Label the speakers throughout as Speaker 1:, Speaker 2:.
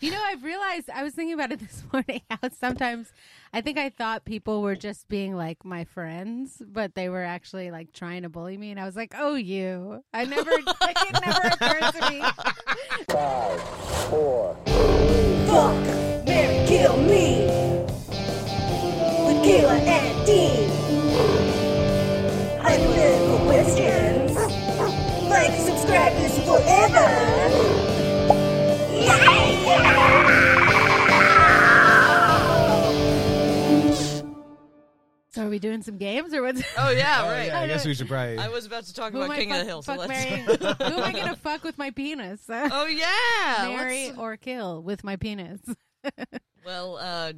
Speaker 1: You know, I've realized I was thinking about it this morning how sometimes I think I thought people were just being like my friends, but they were actually like trying to bully me and I was like, "Oh, you." I never it never occurred to me.
Speaker 2: Five, four,
Speaker 3: Fuck, Mary, kill me. With Kayla and Dean. Hypothetical questions. Like, subscribe, listen forever.
Speaker 1: So are we doing some games or what's
Speaker 4: Oh yeah, right.
Speaker 5: Yeah, I guess we should probably.
Speaker 4: I was about to talk
Speaker 1: Who am
Speaker 4: about
Speaker 1: I
Speaker 4: King
Speaker 1: fuck,
Speaker 4: of the Hill. So
Speaker 1: fuck,
Speaker 4: let's.
Speaker 1: Mary- Who am I going to fuck with my penis?
Speaker 4: Oh yeah,
Speaker 1: Marry
Speaker 4: let's-
Speaker 1: or kill with my penis.
Speaker 4: Well, uh,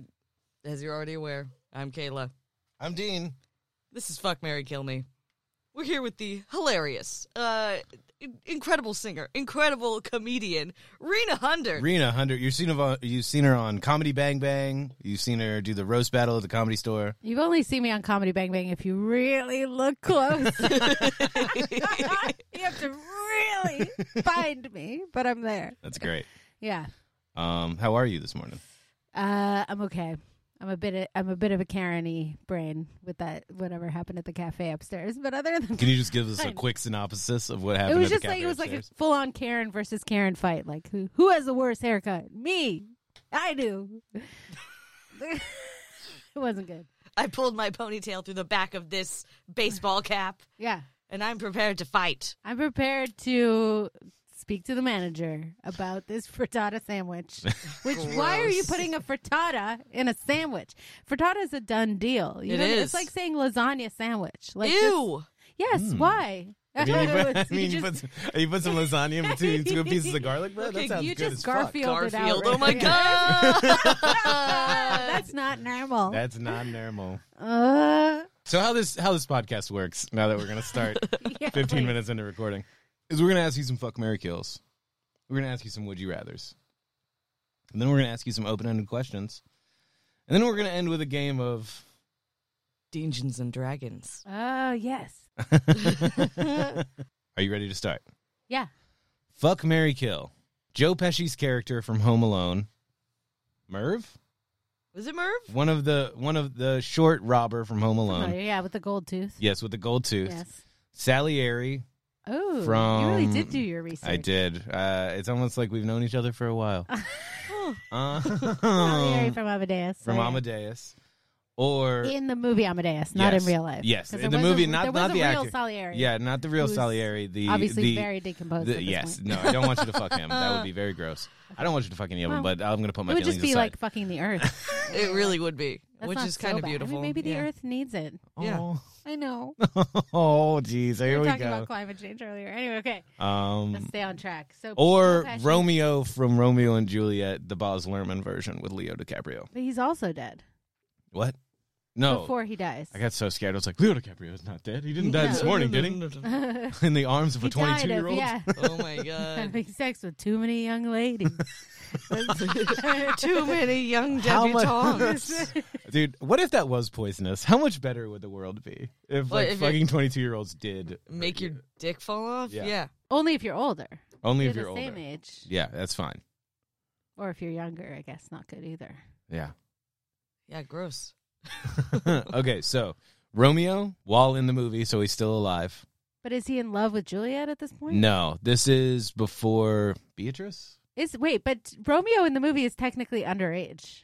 Speaker 4: as you're already aware, I'm Kayla.
Speaker 5: I'm Dean.
Speaker 4: This is Fuck Mary Kill Me. We're here with the hilarious, uh, in- incredible singer, incredible comedian, Rena Hunter.
Speaker 5: Rena Hunter. You've seen her. You've seen her on Comedy Bang Bang. You've seen her do the roast battle at the Comedy Store.
Speaker 1: You've only seen me on Comedy Bang Bang if you really look close. you have to really find me, but I'm there.
Speaker 5: That's great.
Speaker 1: Yeah.
Speaker 5: Um, how are you this morning?
Speaker 1: Uh, I'm okay. I'm a bit. Of, I'm a bit of a Karen-y brain with that. Whatever happened at the cafe upstairs, but other than
Speaker 5: Can you just give us a
Speaker 1: Fine.
Speaker 5: quick synopsis of what
Speaker 1: it
Speaker 5: happened?
Speaker 1: was
Speaker 5: at the
Speaker 1: just like
Speaker 5: cafe
Speaker 1: it was like a
Speaker 5: upstairs?
Speaker 1: full-on Karen versus Karen fight. Like who who has the worst haircut? Me. I do. it wasn't good.
Speaker 4: I pulled my ponytail through the back of this baseball cap,
Speaker 1: Yeah,
Speaker 4: and I'm prepared to fight.
Speaker 1: I'm prepared to speak to the manager about this frittata sandwich. Which why are you
Speaker 4: Gross.
Speaker 1: putting a frittata in a sandwich? Frittata is a done deal. You
Speaker 4: It
Speaker 1: know,
Speaker 4: is.
Speaker 1: It's like saying lasagna sandwich. Like that's-
Speaker 4: Ew!
Speaker 1: Yes. Why?
Speaker 5: Hmm. I mean, you put, I
Speaker 1: You
Speaker 5: mean, you
Speaker 1: just-
Speaker 5: put, you put some lasagna and two, two pieces of garlic bread.
Speaker 4: Okay,
Speaker 5: that sounds
Speaker 1: you
Speaker 5: good
Speaker 1: just
Speaker 5: as fuck.
Speaker 1: Garfield- Filled it out
Speaker 4: Garfield. Oh
Speaker 1: right
Speaker 4: my
Speaker 1: there.
Speaker 4: god!
Speaker 1: that's not normal.
Speaker 5: That's not normal.
Speaker 1: uh,
Speaker 5: So how this how this podcast works? Now that we're gonna start
Speaker 1: yeah,
Speaker 5: 15
Speaker 1: wait.
Speaker 5: minutes into recording is we're going to ask you some fuck Mary kills. We're going to ask you some would you rathers. And then we're going to ask you some open-ended questions. And then we're going to end with a game of
Speaker 4: Dungeons and Dragons.
Speaker 1: Oh yes.
Speaker 5: Are you ready to start?
Speaker 1: Yeah.
Speaker 5: Fuck Mary kill. Joe Pesci's character from Home Alone. Merv?
Speaker 4: Was it Merv?
Speaker 5: One of the one of the short robber from Home
Speaker 1: Oh,
Speaker 5: Alone.
Speaker 1: yeah, with the gold tooth.
Speaker 5: Um, Yes, with the gold tooth.
Speaker 1: Yes.
Speaker 5: Salieri.
Speaker 1: Oh,
Speaker 5: From-
Speaker 1: you really did do your research.
Speaker 5: I did. Uh, it's almost like we've known each other for a while.
Speaker 1: Salieri
Speaker 5: uh,
Speaker 1: Oh, from Amadeus.
Speaker 5: from
Speaker 1: sorry.
Speaker 5: Amadeus, or
Speaker 1: In the movie Amadeus, not
Speaker 5: Yes.
Speaker 1: in real life.
Speaker 5: Yes,
Speaker 1: 'Cause
Speaker 5: in the
Speaker 1: there was
Speaker 5: movie,
Speaker 1: a,
Speaker 5: not
Speaker 1: there
Speaker 5: not
Speaker 1: was
Speaker 5: the
Speaker 1: a real
Speaker 5: actor.
Speaker 1: Salieri.
Speaker 5: Yeah, not the real
Speaker 1: who's
Speaker 5: Salieri. The
Speaker 1: obviously
Speaker 5: the,
Speaker 1: very decomposed.
Speaker 5: the-
Speaker 1: at this
Speaker 5: yes,
Speaker 1: point.
Speaker 5: no, I don't want you to fuck him. That would be very gross. I don't want you to fuck any of them,
Speaker 1: Well,
Speaker 5: but I'm gonna put my
Speaker 1: it would
Speaker 5: feelings
Speaker 1: just be
Speaker 5: aside.
Speaker 1: like fucking the earth,
Speaker 4: It really would be,
Speaker 1: That's
Speaker 4: which
Speaker 1: not
Speaker 4: is
Speaker 1: so
Speaker 4: kind of
Speaker 1: bad.
Speaker 4: beautiful.
Speaker 1: I mean, maybe the
Speaker 4: Yeah.
Speaker 1: Earth needs it.
Speaker 4: yeah.
Speaker 1: I know.
Speaker 5: oh, jeez,
Speaker 1: we
Speaker 5: here
Speaker 1: were
Speaker 5: we
Speaker 1: talking about
Speaker 5: go.
Speaker 1: climate change earlier. Anyway, okay, let's
Speaker 5: Um,
Speaker 1: stay on track. So,
Speaker 5: or
Speaker 1: Pesci-
Speaker 5: Romeo from Romeo and Juliet, the Boz Lerman version with Leo DiCaprio.
Speaker 1: but he's also dead
Speaker 5: What? No,
Speaker 1: before he dies.
Speaker 5: Oh. I got so scared. I was like, Leo DiCaprio is not dead. He didn't die this
Speaker 1: No.
Speaker 5: morning, did he? In the arms of
Speaker 1: He
Speaker 5: a
Speaker 1: died of-
Speaker 5: 22 year old.
Speaker 1: Yeah,
Speaker 4: Oh my god.
Speaker 1: having sex with too many young ladies.
Speaker 4: Too many young
Speaker 5: How much-
Speaker 4: debutantes.
Speaker 5: Dude, what if that was poisonous? How much better would the world be if
Speaker 4: Well,
Speaker 5: like
Speaker 4: if it-
Speaker 5: fucking twenty two year olds did
Speaker 4: Make
Speaker 5: hurt
Speaker 4: your dick fall off?
Speaker 5: Yeah.
Speaker 4: Yeah.
Speaker 1: Only if you're older.
Speaker 5: you? only if
Speaker 1: You're
Speaker 5: you're
Speaker 1: the
Speaker 5: older.
Speaker 1: same age,
Speaker 5: Yeah, that's fine.
Speaker 1: or if you're younger, I guess not good either.
Speaker 5: Yeah.
Speaker 4: Yeah, gross.
Speaker 5: okay, so Romeo, while in the movie, so he's still alive.
Speaker 1: But is he in love with Juliet at this point?
Speaker 5: No, this is before Beatrice.
Speaker 1: Is wait, but Romeo in the movie is technically underage.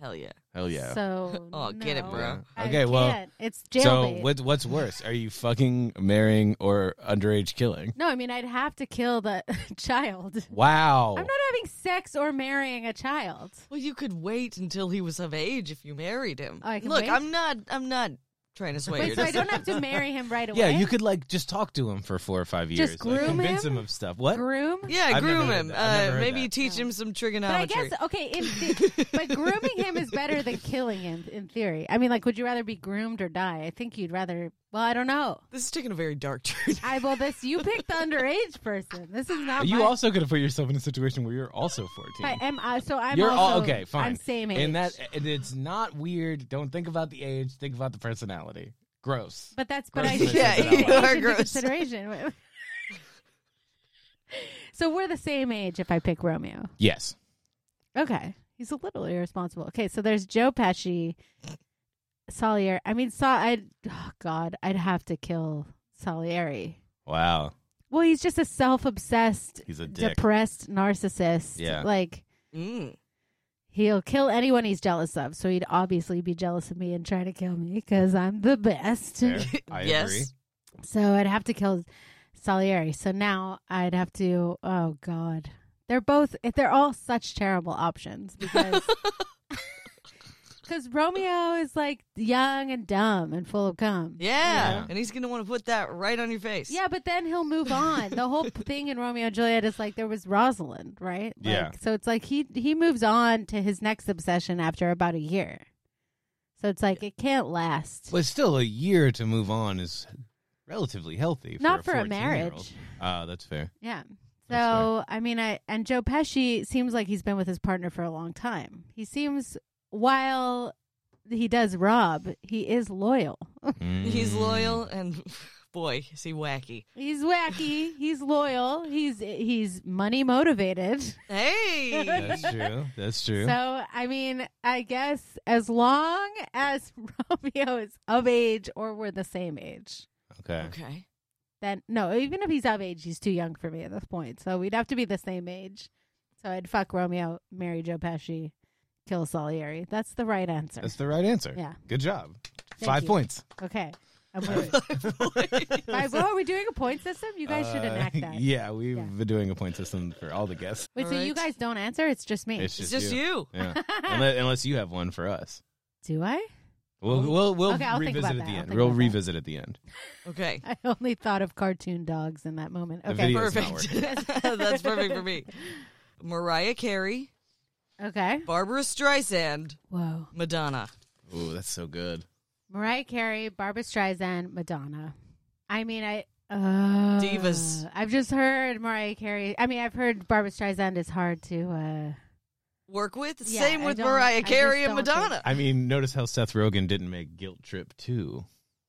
Speaker 4: Hell yeah.
Speaker 5: Hell yeah.
Speaker 1: So
Speaker 4: Oh, get it,
Speaker 1: no.
Speaker 4: bro.
Speaker 1: I
Speaker 5: Okay, well,
Speaker 1: can't. it's
Speaker 5: so
Speaker 1: jailbait.
Speaker 5: what, what's worse? Are you fucking marrying or underage killing?
Speaker 1: no, I mean I'd have to kill the child.
Speaker 5: Wow.
Speaker 1: I'm not having sex or marrying a child.
Speaker 4: Well, you could wait until he was of age if you married him.
Speaker 1: Oh, I can
Speaker 4: Look,
Speaker 1: wait?
Speaker 4: I'm not I'm not trying to sway
Speaker 1: Wait,
Speaker 4: your
Speaker 1: so I
Speaker 4: decision.
Speaker 1: don't have to marry him right away.
Speaker 5: yeah, you could like just talk to him for four or five years.
Speaker 1: Just
Speaker 5: like,
Speaker 1: groom
Speaker 5: convince
Speaker 1: him?
Speaker 5: him of stuff. What?
Speaker 1: groom.
Speaker 4: Yeah,
Speaker 5: I've never
Speaker 4: groom
Speaker 5: heard
Speaker 4: him.
Speaker 5: that. I've never
Speaker 4: Uh,
Speaker 5: heard
Speaker 4: maybe
Speaker 5: that.
Speaker 4: teach him some
Speaker 1: But I
Speaker 4: trigonometry.
Speaker 1: guess okay, in the, but grooming him is better than killing him in theory. I mean, like, would you rather be groomed or die? I think you'd rather. Well, I don't know.
Speaker 4: this is taking a very dark turn.
Speaker 1: I well, this you picked the underage person. This is not
Speaker 5: You
Speaker 1: my
Speaker 5: also could have put yourself in a situation where you're also 14.
Speaker 1: I am I, so I'm
Speaker 5: you're
Speaker 1: also,
Speaker 5: all okay, fine.
Speaker 1: I'm same age.
Speaker 5: And that and it's not weird. Don't think about the age. Think about the personality. Gross.
Speaker 1: but that's but I
Speaker 5: Gross.
Speaker 1: should
Speaker 5: Yeah,
Speaker 1: take the
Speaker 5: you
Speaker 1: age
Speaker 4: are
Speaker 1: into
Speaker 4: gross.
Speaker 1: consideration. so we're the same age if I pick Romeo.
Speaker 5: Yes.
Speaker 1: Okay. He's a little irresponsible. Okay, so there's Joe Pesci, Salieri. I mean, Sa- I'd, oh God, I'd have to kill Salieri.
Speaker 5: Wow.
Speaker 1: Well, he's just a self-obsessed,
Speaker 5: He's a dick.
Speaker 1: depressed narcissist.
Speaker 5: Yeah.
Speaker 1: Like
Speaker 4: Mm.
Speaker 1: he'll kill anyone he's jealous of. So he'd obviously be jealous of me and try to kill me because I'm the best.
Speaker 5: Fair. I
Speaker 4: yes.
Speaker 5: agree.
Speaker 1: So I'd have to kill Salieri. So now I'd have to. Oh God, they're both. eh, They're all such terrible options because because Romeo is like young and dumb and full of cum.
Speaker 4: Yeah.
Speaker 5: Yeah.
Speaker 4: And he's going to want to put that right on your face.
Speaker 1: Yeah, but then he'll move on. The whole thing in Romeo and Juliet is like there was Rosalind, right? Like,
Speaker 5: Yeah.
Speaker 1: So it's like he he moves on to his next obsession after about a year. So it's like it can't last.
Speaker 5: But still, a year to move on is relatively healthy. For
Speaker 1: Not for a
Speaker 5: 14-year-old.
Speaker 1: marriage.
Speaker 5: Ah, that's fair.
Speaker 1: Yeah.
Speaker 5: That's
Speaker 1: So I mean, I and Joe Pesci seems like he's been with his partner for a long time. He seems while he does rob, he is loyal.
Speaker 4: He's
Speaker 5: Mm.
Speaker 4: loyal and boy, is he wacky.
Speaker 1: He's wacky. he's loyal. He's he's money motivated.
Speaker 4: Hey.
Speaker 5: That's true. That's true.
Speaker 1: So I mean, I guess as long as Romeo is of age or we're the same age,
Speaker 5: okay.
Speaker 4: okay.
Speaker 1: then no. Even if he's of age, he's too young for me at this point. So we'd have to be the same age. So I'd fuck Romeo, marry Joe Pesci, kill Salieri. That's the right answer.
Speaker 5: That's the right answer.
Speaker 1: Yeah.
Speaker 5: Good job.
Speaker 1: Thank
Speaker 5: Five
Speaker 1: you.
Speaker 5: points.
Speaker 1: Okay. I'm with it. Five- oh, are we doing a point system? You guys should
Speaker 5: Uh,
Speaker 1: enact that.
Speaker 5: Yeah, we've
Speaker 1: Yeah.
Speaker 5: been doing a point system for all the guests.
Speaker 1: Wait, so you
Speaker 4: Alright.
Speaker 1: guys don't answer? It's just me.
Speaker 5: It's
Speaker 4: It's
Speaker 5: just,
Speaker 4: just you.
Speaker 5: Yeah. unless, unless you have one for us.
Speaker 1: Do I?
Speaker 5: We'll we'll, we'll
Speaker 1: Okay, I'll think
Speaker 5: revisit
Speaker 1: about that.
Speaker 5: at the
Speaker 1: I'll
Speaker 5: end.
Speaker 1: think
Speaker 5: We'll
Speaker 1: about that.
Speaker 5: revisit at the end.
Speaker 4: Okay.
Speaker 1: I only thought of cartoon dogs in that moment.
Speaker 5: The
Speaker 1: Okay.
Speaker 5: video's not
Speaker 4: Perfect. That's perfect for me. Mariah Carey,
Speaker 1: Okay.
Speaker 4: Barbara Streisand,
Speaker 1: Whoa.
Speaker 4: Madonna.
Speaker 5: Ooh, that's so good.
Speaker 1: Mariah Carey, Barbara Streisand, Madonna. I mean, I uh,
Speaker 4: Divas.
Speaker 1: I've just heard Mariah Carey. I mean, I've heard Barbara Streisand is hard to. uh
Speaker 4: Work with?
Speaker 1: Yeah,
Speaker 4: Same
Speaker 1: I
Speaker 4: with
Speaker 1: don't- I
Speaker 4: Mariah
Speaker 1: just
Speaker 4: Carey and
Speaker 1: don't
Speaker 4: Madonna.
Speaker 5: I mean, notice how Seth Rogen didn't make Guilt Trip 2.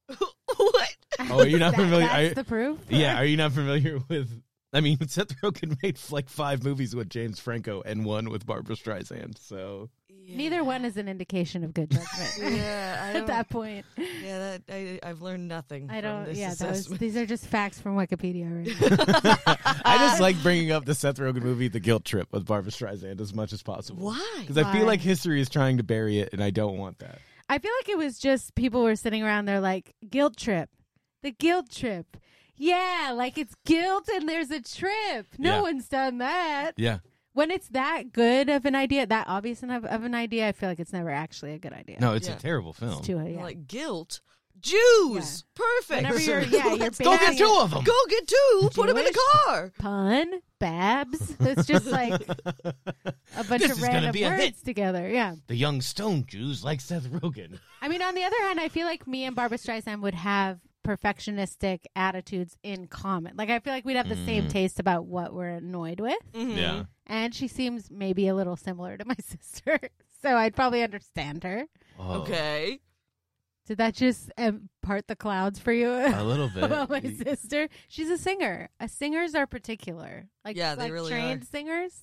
Speaker 4: what?
Speaker 5: Oh, you're not
Speaker 1: uh, that-
Speaker 5: familiar.
Speaker 1: That's
Speaker 5: I-
Speaker 1: the proof.
Speaker 5: Yeah, are you not familiar with? I mean, Seth Rogen made like five movies with James Franco and one with Barbara Streisand. So
Speaker 1: Neither one is an indication of good judgment.
Speaker 4: Yeah, I
Speaker 1: At
Speaker 4: don't,
Speaker 1: that point.
Speaker 4: yeah, that, I, I've learned nothing.
Speaker 1: I don't.
Speaker 4: From this
Speaker 1: yeah, that was,
Speaker 4: assessment.
Speaker 1: these are just facts from Wikipedia. Right now.
Speaker 5: I just like bringing up the Seth Rogen movie, The Guilt Trip, with Barbara Streisand as much as possible.
Speaker 4: Why?
Speaker 5: Because I feel
Speaker 1: Why?
Speaker 5: like history is trying to bury it, and I don't want that.
Speaker 1: I feel like it was just people were sitting around. They're like guilt trip, the guilt trip. Yeah, like it's guilt and there's a trip. No
Speaker 5: Yeah.
Speaker 1: one's done that.
Speaker 5: Yeah,
Speaker 1: When it's that good of an idea, that obvious enough of an idea, I feel like it's never actually a good idea.
Speaker 5: no, it's
Speaker 4: Yeah.
Speaker 5: a terrible film.
Speaker 1: It's too, yeah.
Speaker 4: Like guilt. Jews. Perfect.
Speaker 1: Whenever you're, yeah, you're
Speaker 5: Go get
Speaker 1: basing
Speaker 5: two
Speaker 1: it-
Speaker 5: of them.
Speaker 4: Go get two. Put them in the
Speaker 1: Jewish?
Speaker 4: car.
Speaker 1: pun, babs. It's just like a bunch
Speaker 5: This
Speaker 1: of
Speaker 5: is gonna
Speaker 1: random
Speaker 5: be a
Speaker 1: words
Speaker 5: hit.
Speaker 1: together. Yeah.
Speaker 5: The young stone Jews like Seth Rogen.
Speaker 1: I mean, on the other hand, I feel like me and Barbara Streisand would have perfectionistic attitudes in common. Like, I feel like we'd have the
Speaker 5: Mm.
Speaker 1: same taste about what we're annoyed with.
Speaker 4: Mm-hmm.
Speaker 5: Yeah,
Speaker 1: And she seems maybe a little similar to my sister. So I'd probably understand her.
Speaker 5: Oh.
Speaker 4: Okay.
Speaker 1: Did that just um, part the clouds for you?
Speaker 5: Oh, a little bit. oh,
Speaker 1: about my sister. She's a singer. Uh, singers are particular. Like,
Speaker 4: Yeah, they
Speaker 1: like
Speaker 4: really
Speaker 1: trained
Speaker 4: are.
Speaker 1: singers.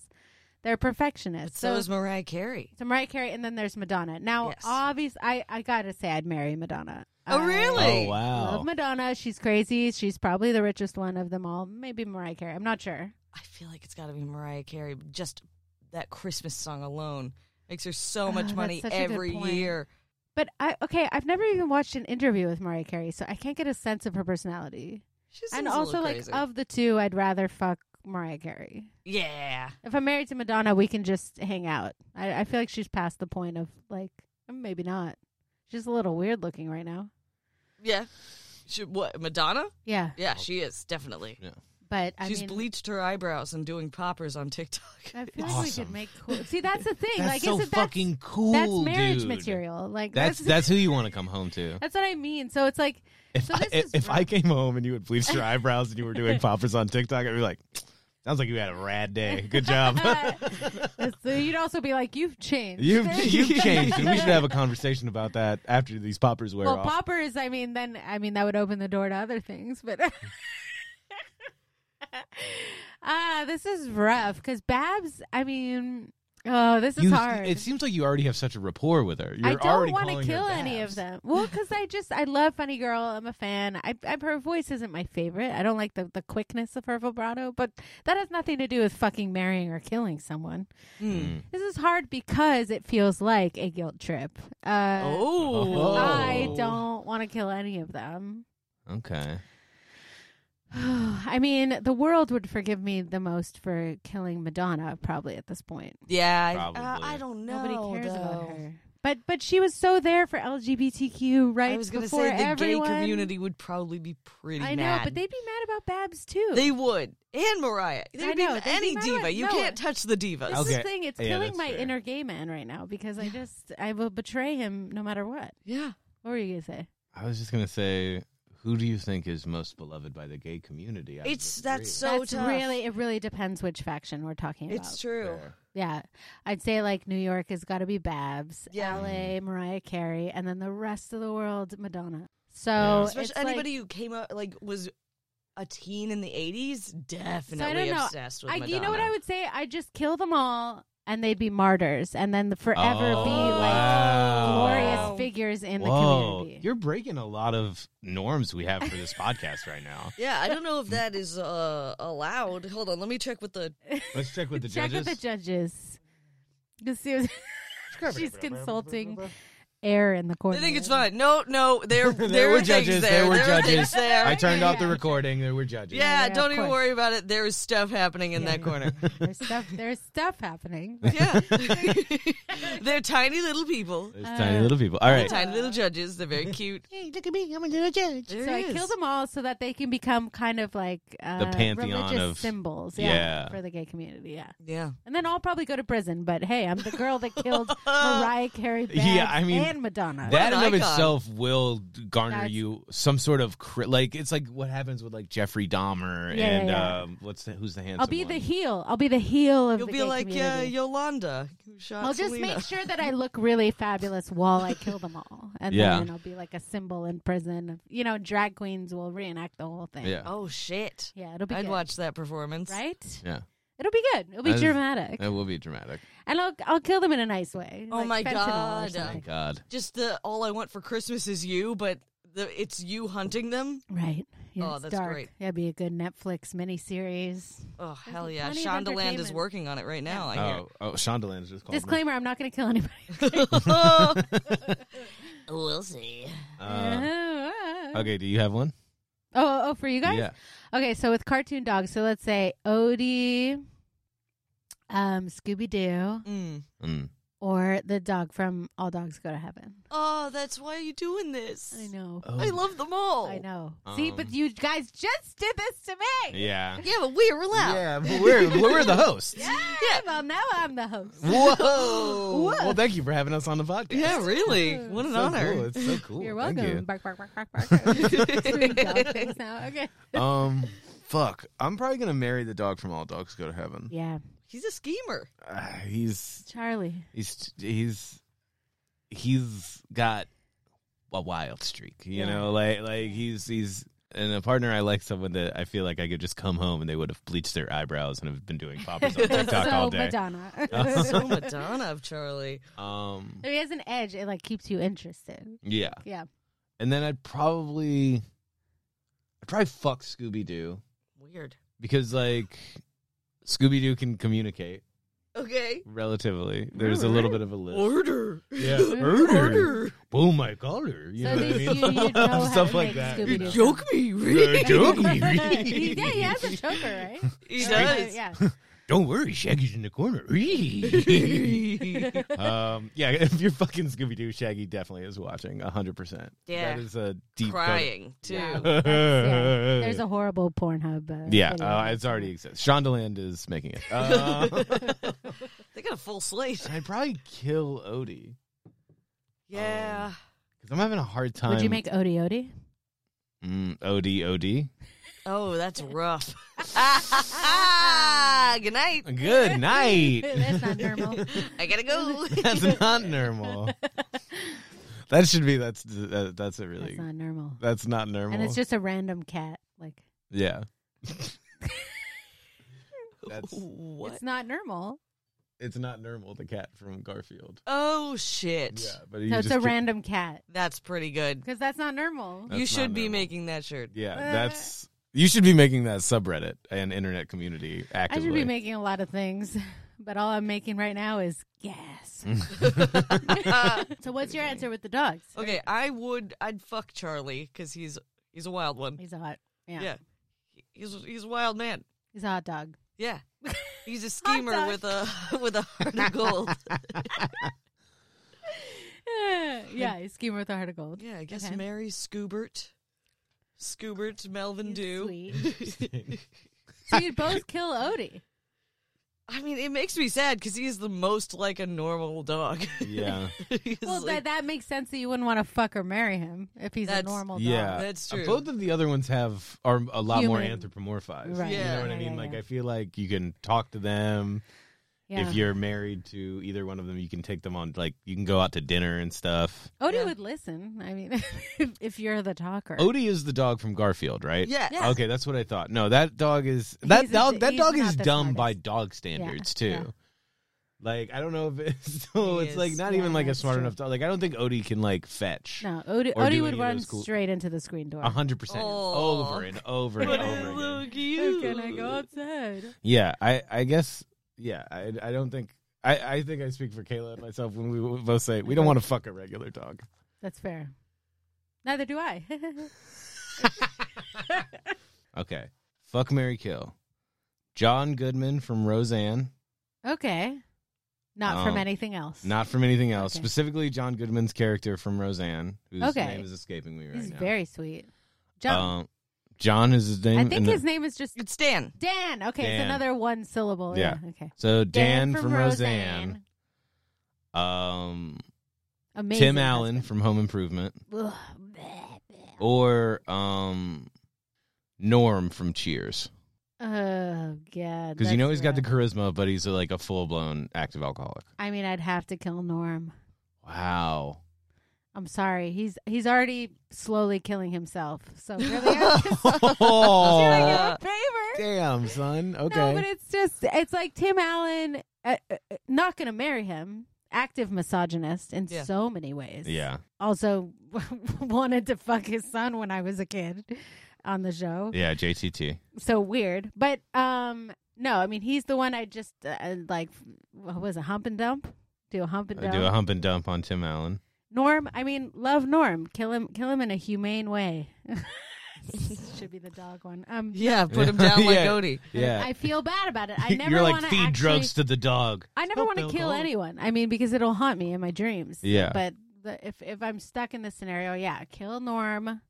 Speaker 1: They're perfectionists.
Speaker 4: So is Mariah Carey.
Speaker 1: So Mariah Carey, and then there's Madonna. Now,
Speaker 4: Yes.
Speaker 1: obvious, I I gotta say, I'd marry Madonna.
Speaker 4: Oh,
Speaker 1: I
Speaker 4: really?
Speaker 5: oh
Speaker 1: Love
Speaker 5: wow.
Speaker 1: Madonna. She's crazy. She's probably the richest one of them all. Maybe Mariah Carey. I'm not sure.
Speaker 4: I feel like it's got to be Mariah Carey. Just that Christmas song alone makes her so much
Speaker 1: Ah, that's
Speaker 4: money
Speaker 1: such a good
Speaker 4: every
Speaker 1: point.
Speaker 4: year.
Speaker 1: But I okay. I've never even watched an interview with Mariah Carey, so I can't get a sense of her personality.
Speaker 4: She
Speaker 1: and
Speaker 4: seems a
Speaker 1: also,
Speaker 4: little
Speaker 1: like
Speaker 4: crazy.
Speaker 1: of the two, I'd rather fuck Mariah Carey.
Speaker 4: yeah,
Speaker 1: If I'm married to Madonna, we can just hang out. I, I feel like she's past the point of like maybe not. She's a little weird looking right now.
Speaker 4: yeah. She, what Madonna?
Speaker 1: Yeah,
Speaker 4: Yeah,
Speaker 5: Oh.
Speaker 4: she is definitely.
Speaker 1: but I
Speaker 4: She's
Speaker 1: mean,
Speaker 4: bleached her eyebrows and doing poppers on TikTok.
Speaker 1: I feel like we
Speaker 5: Awesome.
Speaker 1: could make cool. See, that's the thing.
Speaker 5: That's
Speaker 1: like,
Speaker 5: so
Speaker 1: isn't
Speaker 5: fucking
Speaker 1: that's,
Speaker 5: cool,
Speaker 1: That's marriage
Speaker 5: dude.
Speaker 1: material. Like that's
Speaker 5: That's
Speaker 1: that's,
Speaker 5: that's who you want to come home to.
Speaker 1: what I mean. So it's like,
Speaker 5: If
Speaker 1: so
Speaker 5: I,
Speaker 1: this is
Speaker 5: if I came home and you had bleached your eyebrows and you were doing poppers on TikTok, I'd be like, "Sounds like you had a rad day. Good job.
Speaker 1: Uh, so you'd also be like, you've changed.
Speaker 5: you've you've changed, and we should have a conversation about that after these poppers wear
Speaker 1: well,
Speaker 5: off."
Speaker 1: poppers. I mean, then I mean that would open the door to other things, but. Ah, this is rough because Babs. I mean, Oh, this is
Speaker 5: You-
Speaker 1: hard.
Speaker 5: It seems like you already have such a rapport with her. You're
Speaker 1: I don't
Speaker 5: already
Speaker 1: want to
Speaker 5: calling her
Speaker 1: kill any of
Speaker 5: Babs.
Speaker 1: them. Well, because I just I love Funny Girl. I'm a fan. I, I her voice isn't my favorite. I don't like the the quickness of her vibrato, but that has nothing to do with fucking marrying or killing someone.
Speaker 4: Hmm.
Speaker 5: Mm. Hmm,
Speaker 1: This is hard because it feels like a guilt trip. Uh,
Speaker 4: Oh.
Speaker 1: I don't want to kill any of them.
Speaker 5: Okay.
Speaker 1: I mean, the world would forgive me the most for killing Madonna, probably at this point.
Speaker 4: Yeah, I, uh,
Speaker 5: Probably.
Speaker 4: I don't know.
Speaker 1: Nobody cares about
Speaker 4: though.
Speaker 1: her. But but she was so there for LGBTQ rights
Speaker 4: I was gonna
Speaker 1: before
Speaker 4: say the
Speaker 1: everyone.
Speaker 4: gay community would probably be pretty
Speaker 1: I know,
Speaker 4: mad.
Speaker 1: but they'd be mad about Babs too.
Speaker 4: They would. And Mariah. They'd
Speaker 1: I
Speaker 4: be
Speaker 1: know,
Speaker 4: mad-
Speaker 1: they'd be
Speaker 4: any
Speaker 1: mad
Speaker 4: diva.
Speaker 1: about-
Speaker 4: you
Speaker 1: no.
Speaker 4: can't touch the diva.
Speaker 1: this is
Speaker 5: Okay.
Speaker 1: the thing. It's
Speaker 5: Yeah,
Speaker 1: killing
Speaker 5: that's
Speaker 1: my
Speaker 5: fair.
Speaker 1: inner gay man right now because I just I will betray him no matter what.
Speaker 4: Yeah.
Speaker 1: What were you gonna say?
Speaker 5: I was just gonna say, who do you think is most beloved by the gay community? out of
Speaker 4: It's
Speaker 5: the
Speaker 4: that's
Speaker 5: three?
Speaker 4: so
Speaker 1: That's
Speaker 4: tough.
Speaker 1: really it. Really depends which faction we're talking about.
Speaker 4: it's true.
Speaker 5: Fair.
Speaker 1: Yeah, I'd say like New York has got to be Babs,
Speaker 4: Yeah.
Speaker 1: L.A. Mariah Carey, and then the rest of the world Madonna. So
Speaker 5: Yeah.
Speaker 1: it's
Speaker 4: Especially
Speaker 1: like-
Speaker 4: anybody who came up like was a teen in the eighties,
Speaker 1: So
Speaker 4: definitely
Speaker 1: I don't know.
Speaker 4: obsessed with
Speaker 1: I,
Speaker 4: Madonna.
Speaker 1: you know what I would say? I just kill them all, and they'd be martyrs, and then forever
Speaker 5: Oh,
Speaker 1: be like
Speaker 4: Oh,
Speaker 5: wow.
Speaker 1: glorious figures in the
Speaker 5: Whoa,
Speaker 1: community.
Speaker 5: you're breaking a lot of norms we have for this podcast right now.
Speaker 4: Yeah, I don't know if that is uh allowed. Hold on, let me check with the
Speaker 5: Let's check with the
Speaker 1: Check
Speaker 5: judges.
Speaker 1: with the judges. You see what- She's consulting air in the corner.
Speaker 4: They think it's fine. No, no, there there, were things
Speaker 5: judges.
Speaker 4: there.
Speaker 5: There were judges.
Speaker 4: things there.
Speaker 5: I turned off the
Speaker 1: Yeah.
Speaker 5: recording. There were judges.
Speaker 4: yeah,
Speaker 1: Yeah, of
Speaker 4: don't even
Speaker 1: course.
Speaker 4: worry about it. There is stuff happening in
Speaker 1: Yeah.
Speaker 4: that corner.
Speaker 1: There's stuff. There's stuff happening.
Speaker 4: Yeah. They're tiny little people.
Speaker 5: There's tiny little people. All right.
Speaker 4: Tiny little judges. They're very cute.
Speaker 5: Hey, look at me. I'm a little judge.
Speaker 4: There
Speaker 1: so
Speaker 4: it
Speaker 1: I kill
Speaker 4: is.
Speaker 1: them all so that they can become kind of like uh,
Speaker 5: pantheon
Speaker 1: religious
Speaker 5: of-
Speaker 1: symbols, yeah,
Speaker 5: Yeah.
Speaker 1: for the gay community, yeah.
Speaker 4: Yeah.
Speaker 1: And then I'll probably go to prison. But hey, I'm the girl that killed Mariah Carey, Babs,
Speaker 5: Yeah, I mean,
Speaker 1: and Madonna.
Speaker 5: That
Speaker 4: What an
Speaker 5: in of
Speaker 4: icon.
Speaker 5: itself will garner
Speaker 1: That's-
Speaker 5: you some sort of cri- like it's like what happens with like Jeffrey Dahmer
Speaker 1: Yeah,
Speaker 5: and
Speaker 1: yeah, yeah.
Speaker 5: Um, what's the, who's the handsome
Speaker 1: I'll be the
Speaker 5: one?
Speaker 1: heel. I'll be the heel of
Speaker 4: You'll
Speaker 1: the
Speaker 4: be
Speaker 1: gay
Speaker 4: like uh,
Speaker 1: community.
Speaker 4: Yolanda. Who shot
Speaker 1: I'll just
Speaker 4: Selena.
Speaker 1: make sure that I look really fabulous while I kill them all, and
Speaker 5: Yeah.
Speaker 1: then I'll be like a symbol in prison. Of, you know, drag queens will reenact the whole thing.
Speaker 5: yeah
Speaker 4: Oh shit!
Speaker 1: yeah, it'll be
Speaker 4: I'd
Speaker 1: good,
Speaker 4: watch that performance.
Speaker 1: right?
Speaker 5: yeah
Speaker 1: It'll be good. It'll be
Speaker 5: That is-
Speaker 1: dramatic,
Speaker 5: that will be dramatic.
Speaker 1: and I'll I'll kill them in a nice way.
Speaker 4: Oh
Speaker 1: like
Speaker 4: my
Speaker 1: fentanyl or
Speaker 4: God.
Speaker 1: something.
Speaker 5: Thank God.
Speaker 4: Just the all I want for Christmas is you, but the, it's you hunting them.
Speaker 1: Right? Yeah,
Speaker 4: Oh,
Speaker 1: it's
Speaker 4: that's
Speaker 1: dark.
Speaker 4: great.
Speaker 1: That'd be a good Netflix miniseries.
Speaker 4: Oh hell yeah!
Speaker 1: plenty of
Speaker 4: Shondaland is
Speaker 1: entertainment.
Speaker 4: working on it right now. I hear.
Speaker 5: Oh, oh, Shondaland's just called. me.
Speaker 1: Disclaimer: I'm not going to kill anybody.
Speaker 5: Oh.
Speaker 4: Oh. we'll see. Uh-huh.
Speaker 5: Uh, okay, do you have one?
Speaker 1: Uh-huh. Oh, oh, for you guys.
Speaker 5: Yeah.
Speaker 1: Okay, so with cartoon dogs, so let's say Odie, um, Scooby Doo,
Speaker 4: Mm.
Speaker 5: Mm.
Speaker 1: or the dog from All Dogs Go to Heaven.
Speaker 4: Oh, that's why you doing this.
Speaker 1: I know.
Speaker 5: Oh,
Speaker 4: I love them all.
Speaker 1: I know. See, but
Speaker 5: Um,
Speaker 1: you guys just did this to me.
Speaker 5: Yeah.
Speaker 4: Yeah, but we're allowed.
Speaker 5: Yeah, but we're we're the hosts.
Speaker 1: Yeah. Well, now I'm the host.
Speaker 5: Whoa. Well, thank you for having us on the podcast.
Speaker 4: Yeah, really. What an
Speaker 5: It's so
Speaker 4: honor.
Speaker 5: cool. It's so cool.
Speaker 1: You're
Speaker 5: Thank
Speaker 1: welcome.
Speaker 5: you.
Speaker 1: Bark, bark, bark, bark, bark. Doing dog things now. Okay.
Speaker 5: Um, fuck. I'm probably gonna marry the dog from All Dogs Go to Heaven.
Speaker 1: Yeah,
Speaker 4: He's a schemer.
Speaker 5: Uh, he's
Speaker 1: Charlie.
Speaker 5: he's he's he's got a wild streak. You
Speaker 1: Yeah.
Speaker 5: know, like like he's he's. And a partner, I like someone that I feel like I could just come home and they would have bleached their eyebrows and have been doing poppers on TikTok
Speaker 1: so
Speaker 5: all day.
Speaker 1: Madonna.
Speaker 4: so Madonna of Charlie.
Speaker 5: Um,
Speaker 1: There is an edge. It like keeps you interested.
Speaker 5: yeah,
Speaker 1: Yeah.
Speaker 5: and then I'd probably, I'd probably fuck Scooby Doo
Speaker 4: Weird.
Speaker 5: because like Scooby Doo can communicate
Speaker 4: Okay.
Speaker 5: relatively. There's a little bit of a lisp.
Speaker 4: Order.
Speaker 5: Yeah,
Speaker 4: Order.
Speaker 5: Oh my collar. You
Speaker 1: So
Speaker 5: know what I
Speaker 1: these-
Speaker 5: mean?
Speaker 1: you- you'd know how
Speaker 5: Stuff
Speaker 1: to
Speaker 5: like
Speaker 1: make
Speaker 5: that.
Speaker 1: Scooby- Scooby-Doo.
Speaker 4: Joke me, really?
Speaker 5: Uh, joke me.
Speaker 1: yeah, he has a choker, right?
Speaker 4: He
Speaker 1: Or is
Speaker 4: does.
Speaker 1: it- Yeah.
Speaker 5: Don't worry, Shaggy's in the corner. um, yeah, if you're fucking Scooby Doo, Shaggy definitely is watching 100%.
Speaker 4: Yeah.
Speaker 5: That is a deep
Speaker 4: Crying too.
Speaker 1: Yeah.
Speaker 5: cut.
Speaker 1: Yeah. There's a horrible Pornhub. Uh,
Speaker 5: Yeah,
Speaker 1: video.
Speaker 5: uh, it's already exists. Shondaland is making it. Uh,
Speaker 4: They got a full slate.
Speaker 5: I'd probably kill Odie
Speaker 4: Yeah.
Speaker 5: because I'm having a hard time.
Speaker 1: Would you make Odie Odie?
Speaker 5: mm, Odie Odie?
Speaker 4: Oh, that's rough. Good night.
Speaker 5: Good night.
Speaker 1: That's not normal.
Speaker 4: I gotta go.
Speaker 5: That's not normal. That should be that's uh, that's a really
Speaker 1: That's not normal.
Speaker 5: that's not normal.
Speaker 1: And it's just a random cat. Like
Speaker 5: yeah. that's
Speaker 4: what?
Speaker 1: it's not normal.
Speaker 5: It's not normal. The cat from Garfield.
Speaker 4: Oh shit.
Speaker 5: Yeah, but you
Speaker 1: So it's
Speaker 5: just
Speaker 1: a
Speaker 5: ki-
Speaker 1: random cat
Speaker 4: That's pretty good.
Speaker 1: because that's not normal.
Speaker 5: That's
Speaker 4: you
Speaker 5: not
Speaker 4: should be
Speaker 5: normal.
Speaker 4: making that shirt.
Speaker 5: Yeah,
Speaker 1: Uh,
Speaker 5: that's you should be making that subreddit and internet community
Speaker 1: I
Speaker 5: actively.
Speaker 1: should be making a lot of things, but all I'm making right now is gas.
Speaker 5: Mm.
Speaker 1: so what's your answer with the dogs?
Speaker 4: Uh, Okay, I would I'd fuck Charlie cuz he's he's a wild one.
Speaker 1: He's a hot. Yeah.
Speaker 4: Yeah. He's he's a wild man.
Speaker 1: He's a hot dog.
Speaker 4: Yeah. He's a schemer
Speaker 1: dog.
Speaker 4: with a with a heart of gold.
Speaker 1: yeah, he's schemer with a heart of gold.
Speaker 4: Yeah, I guess
Speaker 1: Okay.
Speaker 4: Mary Scoobert. Scoobert, Melvin
Speaker 1: He's
Speaker 4: Dew.
Speaker 1: Sweet. so you'd both kill Odie.
Speaker 4: I mean, it makes me sad because he's the most like a normal dog.
Speaker 5: Yeah,
Speaker 4: He's
Speaker 1: Well, that,
Speaker 4: like-
Speaker 1: that makes sense that you wouldn't want to fuck or marry him if he's a
Speaker 4: That's-
Speaker 1: normal dog.
Speaker 5: yeah,
Speaker 4: That's
Speaker 5: Uh,
Speaker 4: true.
Speaker 5: Both of the other ones have are a lot more
Speaker 1: Human.
Speaker 5: anthropomorphized.
Speaker 1: Right.
Speaker 5: You know
Speaker 4: Yeah.
Speaker 5: what I
Speaker 1: Yeah,
Speaker 5: mean?
Speaker 1: yeah,
Speaker 5: like
Speaker 1: yeah.
Speaker 5: I feel like you can talk to them.
Speaker 1: Yeah.
Speaker 5: If you're married to either one of them, you can take them on like you can go out to dinner and stuff.
Speaker 1: Odie
Speaker 4: Yeah.
Speaker 1: would listen. I mean, if, if you're the talker.
Speaker 5: Odie is the dog from Garfield, right?
Speaker 4: yeah.
Speaker 1: Yeah.
Speaker 5: Okay, that's what I thought. No, that dog is that
Speaker 1: He's-
Speaker 5: dog that
Speaker 1: he's
Speaker 5: dog
Speaker 1: not
Speaker 5: is
Speaker 1: the
Speaker 5: dumb by
Speaker 1: smartest.
Speaker 5: dog standards too.
Speaker 1: yeah.
Speaker 5: Like I don't know if it's so
Speaker 4: He
Speaker 5: it's like
Speaker 4: is.
Speaker 5: not
Speaker 1: Yeah,
Speaker 5: even like a
Speaker 1: that's
Speaker 5: smart
Speaker 1: true.
Speaker 5: enough dog. Like I don't think Odie can like fetch.
Speaker 1: No, Odie,
Speaker 5: Or
Speaker 1: Odie
Speaker 5: do
Speaker 1: would
Speaker 5: any of
Speaker 1: run
Speaker 5: those cool-
Speaker 1: straight into the screen door.
Speaker 5: A hundred percent,
Speaker 1: Oh.
Speaker 4: Aw.
Speaker 5: over and over and
Speaker 4: But
Speaker 5: over
Speaker 4: it's
Speaker 5: again.
Speaker 4: so
Speaker 1: How
Speaker 4: cute.
Speaker 1: can I go outside?
Speaker 5: Yeah, I, I guess. Yeah, I, I don't think. I, I think I speak for Kayla and myself when we both say we don't want to fuck a regular dog.
Speaker 1: That's fair. Neither do I.
Speaker 5: Okay, fuck Mary Kill, John Goodman from Roseanne,
Speaker 1: okay. Not from
Speaker 5: Um,
Speaker 1: anything else.
Speaker 5: not from anything else,
Speaker 1: Okay.
Speaker 5: specifically John Goodman's character from Roseanne, whose
Speaker 1: Okay.
Speaker 5: name is escaping me right
Speaker 1: He's
Speaker 5: now.
Speaker 1: very sweet. John.
Speaker 5: Um, John is his name.
Speaker 1: I think
Speaker 5: and
Speaker 1: his name is just
Speaker 4: It's Dan.
Speaker 1: Dan. Okay,
Speaker 5: Dan.
Speaker 1: it's another one syllable. Yeah. Okay.
Speaker 5: so Dan, from, Roseanne, um,
Speaker 1: Amazing.
Speaker 5: Tim Allen from Home Improvement,
Speaker 1: husband. Ugh, bleh, bleh.
Speaker 5: or um, Norm from Cheers.
Speaker 1: Oh god.
Speaker 5: Because you know he's got the
Speaker 1: that's rough.
Speaker 5: charisma, but he's like a full blown active alcoholic.
Speaker 1: I mean, I'd have to kill Norm.
Speaker 5: Wow.
Speaker 1: I'm sorry. He's he's already slowly killing himself. So really, I'm just doing him
Speaker 5: Oh,
Speaker 1: a favor.
Speaker 5: damn, son.
Speaker 1: No, but it's just it's like Tim Allen uh, uh, uh, not going to marry him. Active misogynist in
Speaker 4: Yeah.
Speaker 1: so many ways.
Speaker 5: yeah,
Speaker 1: Also wanted to fuck his son when I was a kid on the show.
Speaker 5: yeah, JTT.
Speaker 1: So weird. But um no, I mean he's the one I just uh, like what was a hump and dump? Do a hump and
Speaker 5: I
Speaker 1: dump.
Speaker 5: do a hump and dump on Tim Allen.
Speaker 1: Norm, I mean love Norm. Kill him kill him in a humane way. Should be the dog one. Um
Speaker 4: Yeah, put him down like
Speaker 5: Yeah.
Speaker 4: Odie.
Speaker 5: Yeah,
Speaker 1: I feel bad about it. I never
Speaker 5: you're like
Speaker 1: wanna
Speaker 5: feed
Speaker 1: actually-
Speaker 5: drugs to the dog.
Speaker 1: I never
Speaker 5: Help
Speaker 1: want to
Speaker 5: them
Speaker 1: kill
Speaker 5: all.
Speaker 1: anyone. I mean, because it'll haunt me in my dreams.
Speaker 5: Yeah.
Speaker 1: But the, if if I'm stuck in this scenario, yeah, kill Norm.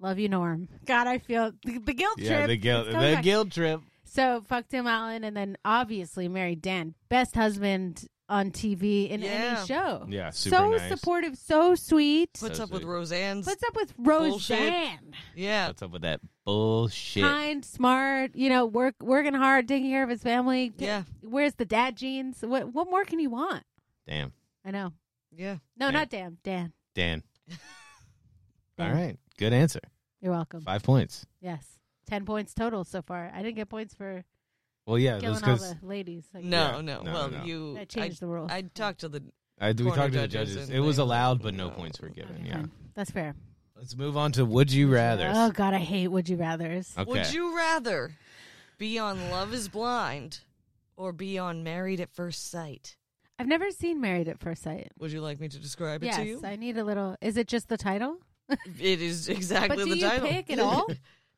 Speaker 1: Love you, Norm. God, I feel the, the guilt
Speaker 5: Yeah,
Speaker 1: trip.
Speaker 5: the guilt,
Speaker 1: It's coming
Speaker 5: the
Speaker 1: back.
Speaker 5: guilt trip.
Speaker 1: So fuck Tim Allen, and then obviously married Dan, best husband on TV in
Speaker 4: Yeah.
Speaker 1: any show.
Speaker 5: Yeah, super
Speaker 1: so
Speaker 5: nice.
Speaker 1: supportive, so sweet.
Speaker 4: What's
Speaker 5: So
Speaker 4: up with
Speaker 5: sweet.
Speaker 4: Roseanne's?
Speaker 1: What's up with
Speaker 4: Bullshit.
Speaker 1: Roseanne?
Speaker 4: yeah.
Speaker 5: What's up with that bullshit?
Speaker 1: Kind, smart, you know, work working hard, taking care of his family.
Speaker 4: Yeah.
Speaker 1: Where's the dad jeans? What what more can you want?
Speaker 5: Damn,
Speaker 1: I know.
Speaker 4: Yeah.
Speaker 1: No,
Speaker 5: Dan.
Speaker 1: not Dan. Dan.
Speaker 5: Dan. All
Speaker 1: Dan.
Speaker 5: right, good answer.
Speaker 1: You're welcome.
Speaker 5: Five points.
Speaker 1: Yes. 10 points total so far. I didn't get points for
Speaker 5: Well, yeah, that's
Speaker 1: killing all
Speaker 5: because
Speaker 1: the ladies. Like,
Speaker 4: No,
Speaker 5: Yeah.
Speaker 4: no.
Speaker 5: No,
Speaker 4: Well,
Speaker 5: no.
Speaker 4: you
Speaker 1: That changed the rules.
Speaker 4: I talked to the
Speaker 5: I we
Speaker 4: corner
Speaker 5: talked to the
Speaker 4: judges
Speaker 5: judges.
Speaker 4: and
Speaker 5: It was
Speaker 4: things.
Speaker 5: allowed, but no
Speaker 4: No.
Speaker 5: points were given.
Speaker 1: Okay,
Speaker 5: yeah,
Speaker 1: fine. That's fair.
Speaker 5: let's move on to would you rather.
Speaker 1: Oh, God, I hate Would You Rathers.
Speaker 5: Okay.
Speaker 4: Would you rather be on Love is Blind or be on Married at First Sight?
Speaker 1: I've never seen Married at First Sight.
Speaker 4: Would you like me to describe it
Speaker 1: yes,
Speaker 4: to you?
Speaker 1: I need a little. Is it just the title?
Speaker 4: It is exactly
Speaker 1: but do
Speaker 4: the
Speaker 1: you
Speaker 4: title.
Speaker 1: pick at all?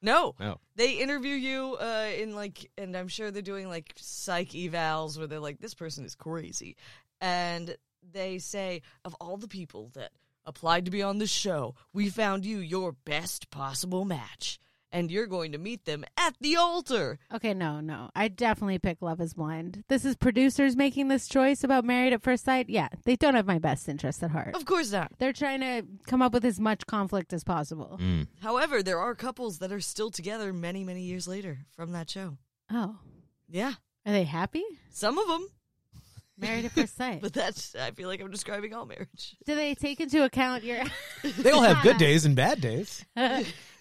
Speaker 4: No.
Speaker 5: No.
Speaker 4: They interview you uh, in like, and I'm sure they're doing like psych evals where they're like, this person is crazy. And they say, of all the people that applied to be on the show, we found you your best possible match. And you're going to meet them at the altar.
Speaker 1: okay, no, no. I definitely pick Love is Blind. This is producers making this choice about Married at First Sight. Yeah, they don't have my best interest at heart.
Speaker 4: Of course not.
Speaker 1: They're trying to come up with as much conflict as
Speaker 4: Mm.
Speaker 1: possible.
Speaker 4: However, there are couples that are still together many, many years later from that show.
Speaker 1: Oh,
Speaker 4: Yeah.
Speaker 1: are they happy?
Speaker 4: Some of them,
Speaker 1: Married at First Sight.
Speaker 4: but that's, I feel like I'm describing all marriage.
Speaker 1: Do they take into account your?
Speaker 5: They all have good days and bad days.
Speaker 1: Do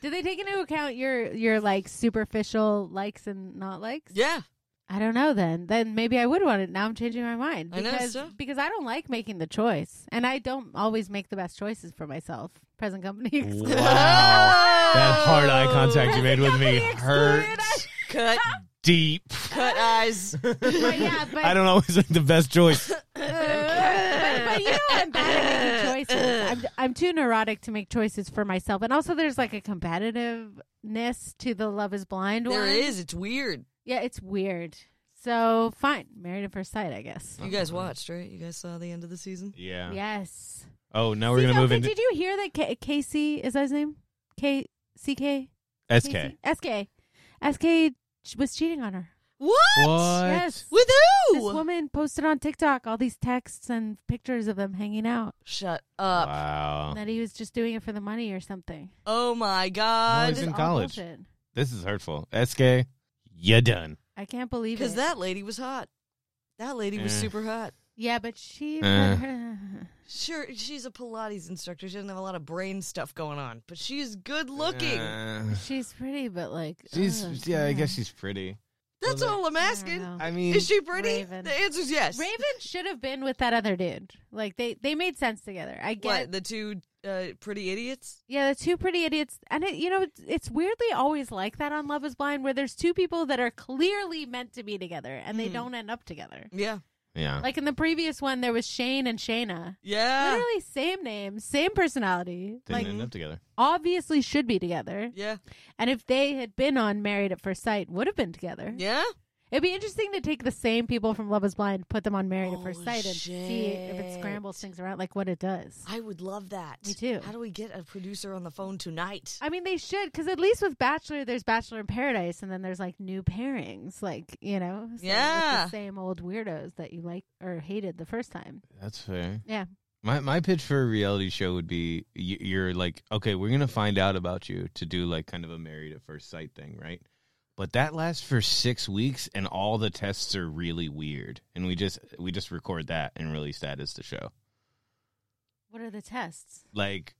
Speaker 1: they take into account your your like superficial likes and not likes?
Speaker 4: Yeah.
Speaker 1: I don't know then. Then maybe I would want it. Now I'm changing my mind.
Speaker 4: I know,
Speaker 1: Because,
Speaker 4: so-
Speaker 1: because I don't like making the choice. And I don't always make the best choices for myself. Present company excluded.
Speaker 5: Oh, That hard
Speaker 1: Oh.
Speaker 5: eye contact you made with me hurts
Speaker 4: Cut,
Speaker 5: deep.
Speaker 4: cut eyes.
Speaker 1: But yeah, but, uh,
Speaker 5: I don't always make the best choice.
Speaker 1: but, but you know I'm bad at making choices. I'm, I'm too neurotic to make choices for myself. And also there's like a competitiveness to the Love is Blind
Speaker 4: there
Speaker 1: one.
Speaker 4: is. It's weird.
Speaker 1: Yeah, it's weird. So fine. Married at first sight, I guess.
Speaker 4: You guys watched, right? You guys saw the end of the season.
Speaker 5: Yeah.
Speaker 1: Yes.
Speaker 5: Oh, now we're gonna
Speaker 1: CJ,
Speaker 5: move
Speaker 1: but
Speaker 5: into
Speaker 1: Did you hear that K- Casey is that his name? K C K
Speaker 5: SK.
Speaker 1: SK SK ch- was cheating on her.
Speaker 4: What?
Speaker 5: What?
Speaker 1: Yes.
Speaker 4: With
Speaker 1: This
Speaker 4: who?
Speaker 1: woman posted on TikTok all these texts and pictures of them hanging out
Speaker 4: Shut up!
Speaker 5: Wow.
Speaker 1: that he was just doing it for the money or something.
Speaker 4: Oh my
Speaker 5: I
Speaker 4: god!
Speaker 5: was in
Speaker 1: All
Speaker 5: college.
Speaker 1: bullshit.
Speaker 5: This is hurtful. SK, you done.
Speaker 1: I can't believe
Speaker 4: Because
Speaker 1: it.
Speaker 4: that lady was hot. That lady was
Speaker 5: Eh.
Speaker 4: super hot.
Speaker 1: yeah, but she.
Speaker 5: Uh.
Speaker 4: Sure, she's a Pilates instructor. She doesn't have a lot of brain stuff going on, but she's good looking.
Speaker 5: Uh,
Speaker 1: she's pretty, but like
Speaker 5: she's
Speaker 1: ugh,
Speaker 5: yeah, I
Speaker 1: man.
Speaker 5: guess she's pretty.
Speaker 4: That's
Speaker 5: Well,
Speaker 4: all I'm
Speaker 1: I don't
Speaker 4: asking.
Speaker 1: know.
Speaker 5: I mean
Speaker 4: Oh. Is she pretty?
Speaker 1: Raven.
Speaker 4: The answer's yes.
Speaker 1: Raven should have been with that other dude. Like they they made sense together. I get
Speaker 4: What the two uh, pretty idiots?
Speaker 1: Yeah, the two pretty idiots, and it you know it's, it's weirdly always like that on Love Is Blind, where there's two people that are clearly meant to be together and they don't end up together.
Speaker 4: Yeah,
Speaker 5: Yeah.
Speaker 1: Like in the previous one, there was Shane and Shayna,
Speaker 4: yeah,
Speaker 1: literally same name, same personality,
Speaker 5: Didn't
Speaker 1: like
Speaker 5: end up together.
Speaker 1: obviously should be together.
Speaker 4: yeah,
Speaker 1: And if they had been on Married at First Sight, would have been together.
Speaker 4: yeah.
Speaker 1: It'd be interesting to take the same people from Love Is Blind, put them on Married at First
Speaker 4: Oh,
Speaker 1: Sight, and see if it
Speaker 4: shit.
Speaker 1: scrambles things around, like what it does.
Speaker 4: I would love that.
Speaker 1: Me too.
Speaker 4: How do we get a producer on the phone tonight?
Speaker 1: I mean, they should because at least with Bachelor, there's Bachelor in Paradise, and then there's like new pairings, like you know, so it's
Speaker 4: Yeah.
Speaker 1: the same old weirdos that you like or hated the first time.
Speaker 5: That's fair.
Speaker 1: Yeah,
Speaker 5: My my pitch for a reality show would be y- you're like okay we're gonna find out about you to do like kind of a married at first sight thing right, but that lasts for six weeks and all the tests are really weird and we just we just record that and release that as the show
Speaker 1: what are the tests?
Speaker 5: like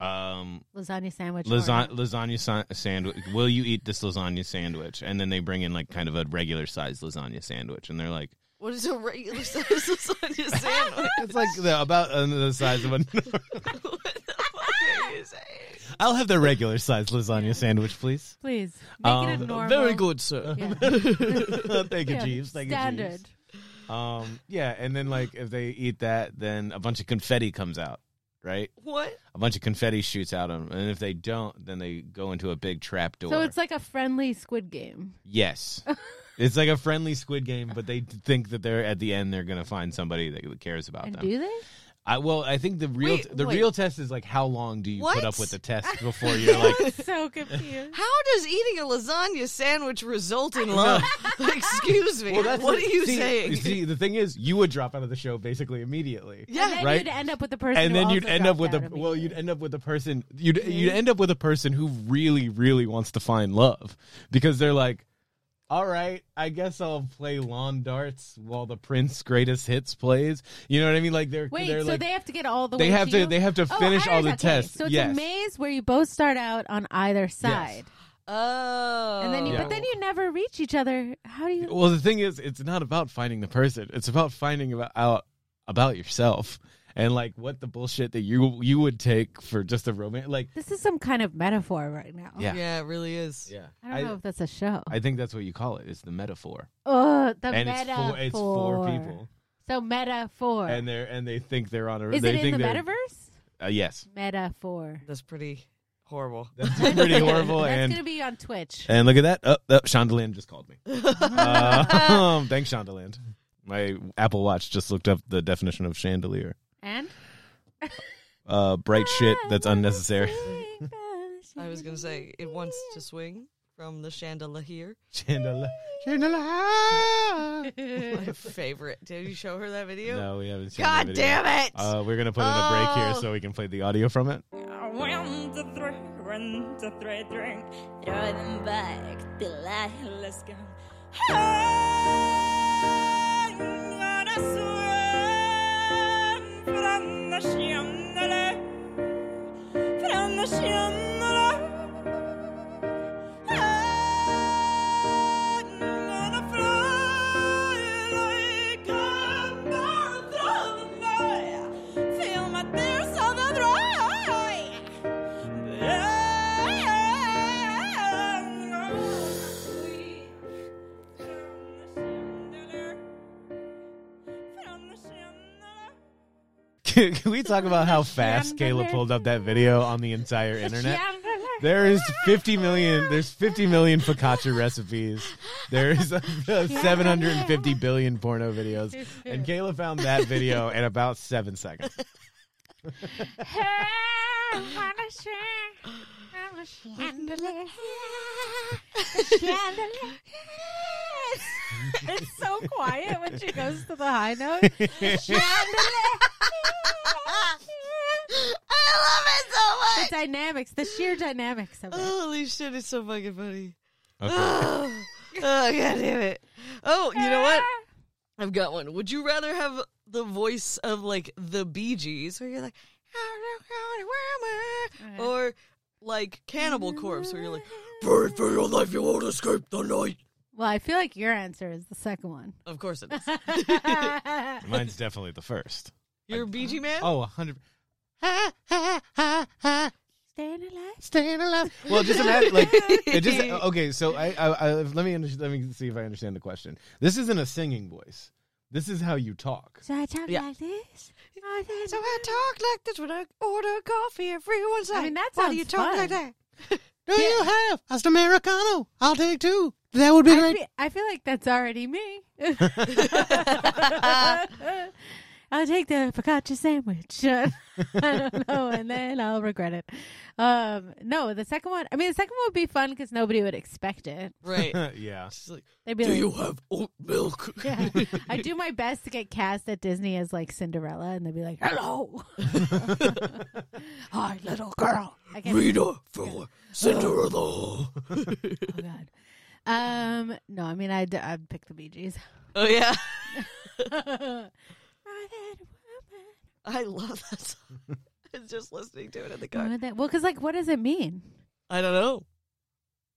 Speaker 5: um
Speaker 1: Lasagna sandwich. or-
Speaker 5: lasagna lasagna sa- sandwich. Will you eat this lasagna sandwich? And then they bring in like kind of a regular size lasagna sandwich, and they're like,
Speaker 4: What is a regular size lasagna sandwich?
Speaker 5: it's like the, about uh, the size of a.
Speaker 4: what the fuck are you saying?
Speaker 5: I'll have the regular size lasagna sandwich, please.
Speaker 1: Please make it a
Speaker 5: Um,
Speaker 1: normal.
Speaker 5: Very good, sir.
Speaker 1: Yeah.
Speaker 5: Thank you,
Speaker 1: Yeah,
Speaker 5: Jeeves. Thank you,
Speaker 1: Standard.
Speaker 5: Jeeves. Um, yeah, and then like if they eat that, then a bunch of confetti comes out, right?
Speaker 4: What?
Speaker 5: A bunch of confetti shoots out of them, and if they don't, then they go into a big trap door.
Speaker 1: So it's like a friendly Squid Game.
Speaker 5: Yes. it's like a friendly Squid Game, but they d- think that they're at the end they're going to find somebody that cares about
Speaker 1: And
Speaker 5: them.
Speaker 1: do they?
Speaker 5: I well, I think the real
Speaker 4: Wait,
Speaker 5: the
Speaker 4: wait.
Speaker 5: real test is like how long do you
Speaker 4: What?
Speaker 5: put up with the test before you're like
Speaker 1: I'm so confused.
Speaker 4: How does eating a lasagna sandwich result in love? Excuse me. what
Speaker 5: the-
Speaker 4: are you
Speaker 5: see-
Speaker 4: saying?
Speaker 5: See, the thing is, you would drop out of the show basically immediately.
Speaker 1: And
Speaker 4: yeah,
Speaker 1: then
Speaker 5: right?
Speaker 1: you'd end up with the person,
Speaker 5: And
Speaker 1: who
Speaker 5: then you'd
Speaker 1: also
Speaker 5: end up
Speaker 1: dropped
Speaker 5: with a
Speaker 1: out
Speaker 5: well, you'd
Speaker 1: immediately.
Speaker 5: end up with a person you'd you'd end up with a person who really really wants to find love because they're like, all right, I guess I'll play lawn darts while the Prince Greatest Hits plays. You know what I mean? Like they're
Speaker 1: Wait,
Speaker 5: they're
Speaker 1: so
Speaker 5: like,
Speaker 1: they have to get all the
Speaker 5: they
Speaker 1: way.
Speaker 5: have to-
Speaker 1: you?
Speaker 5: they have to
Speaker 1: Oh,
Speaker 5: finish all
Speaker 1: ours-
Speaker 5: the
Speaker 1: okay,
Speaker 5: tests.
Speaker 1: So it's
Speaker 5: Yes.
Speaker 1: a maze where you both start out on either side,
Speaker 4: Oh.
Speaker 1: and then you,
Speaker 5: Yeah. Oh.
Speaker 1: but then you never reach each other. How do you?
Speaker 5: Well, the thing is, it's not about finding the person. It's about finding about out about yourself and like what the bullshit that you you would take for just a romance. Like,
Speaker 1: This is some kind of metaphor right now.
Speaker 5: yeah,
Speaker 4: Yeah, it really is.
Speaker 5: yeah.
Speaker 1: I don't know if that's a show.
Speaker 5: I think that's what you call it. It's the metaphor,
Speaker 1: oh, the
Speaker 5: and it's
Speaker 1: metaphor.
Speaker 5: four, it's four people,
Speaker 1: So metaphor.
Speaker 5: and they're and they think they're on a.
Speaker 1: is
Speaker 5: they
Speaker 1: it in
Speaker 5: think
Speaker 1: the
Speaker 5: they're-
Speaker 1: metaverse?
Speaker 5: Uh, yes,
Speaker 1: Metaphor.
Speaker 4: That's pretty horrible.
Speaker 5: that's pretty horrible.
Speaker 1: That's
Speaker 5: and
Speaker 1: gonna be on Twitch.
Speaker 5: and look at that. Oh, oh Shondaland just called me. uh, thanks, Shondaland. My Apple Watch just looked up the definition of chandelier.
Speaker 1: and
Speaker 5: Uh, bright
Speaker 1: Ah,
Speaker 5: shit that's unnecessary.
Speaker 4: I was going to say, it wants to swing from the chandelier.
Speaker 5: Chandelier. Chandelier.
Speaker 4: My favorite. Did you show her that video?
Speaker 5: No, we haven't seen
Speaker 4: God
Speaker 5: the video.
Speaker 4: damn it!
Speaker 5: Uh, we're gonna put in a break here
Speaker 4: Oh.
Speaker 5: so we can play the audio from it.
Speaker 6: One, two, three, one, two, three, drink. Throw them back till I let's go. I'm gonna swim from the chandelier, from the chandelier. I'm gonna fly
Speaker 5: Can, can we talk about how fast Kayla pulled up that video on the entire internet? There is 50 million. There's 50 million focaccia recipes. There is uh, 750 billion porno videos, and Kayla found that video in about seven seconds.
Speaker 1: it's so quiet when she goes to the high note.
Speaker 4: I love
Speaker 1: the
Speaker 4: it so much.
Speaker 1: dynamics, the sheer dynamics of it.
Speaker 4: Holy Oh, shit, it's so fucking funny.
Speaker 5: Okay.
Speaker 4: oh, god damn it. Oh, you know what? I've got one. Would you rather have the voice of like the Bee Gees, where you're like,
Speaker 1: Uh-huh.
Speaker 4: or like Cannibal Corpse, where you're like, fight for your life, you won't escape the night.
Speaker 1: Well, I feel like your answer is the second one.
Speaker 4: Of course it is.
Speaker 1: That's
Speaker 5: Mine's definitely the first.
Speaker 4: You're a Bee Gee man.
Speaker 5: Oh, 100. Ha, ha, ha, ha.
Speaker 1: Staying alive.
Speaker 5: Staying alive. Well, just imagine, like, it just okay. So I, I, I let me under, let me see if I understand the question. This isn't a singing voice. This is how you talk.
Speaker 1: So I talk
Speaker 4: Yeah.
Speaker 1: like this. Oh, that's-
Speaker 4: So I talk like this when I order coffee. Everyone's like,
Speaker 1: I mean, that
Speaker 4: why do
Speaker 1: sounds
Speaker 4: you talk
Speaker 1: fun.
Speaker 4: like that?
Speaker 5: Do you have a americano? I'll take two. That would be
Speaker 1: I feel, I feel like that's already me. I'll take the focaccia sandwich. Uh, I don't know, and then I'll regret it. Um, no, the second one. I mean, the second one would be fun because nobody would expect it.
Speaker 4: Right.
Speaker 5: Uh, yeah.
Speaker 4: She's like,
Speaker 1: They'd be
Speaker 4: do
Speaker 1: like,
Speaker 4: you have oat milk?
Speaker 1: yeah. I do my best to get cast at Disney as like Cinderella, and they'd be like, "Hello, hi, little girl." I can't
Speaker 4: Rita for Cinderella.
Speaker 1: Oh God. Um. No, I mean, I'd I'd pick the Bee Gees.
Speaker 4: Oh yeah,
Speaker 1: Right,
Speaker 4: I love that song. It's just listening to it in the car.
Speaker 1: woman. Well, because like, what does it mean?
Speaker 4: I don't know.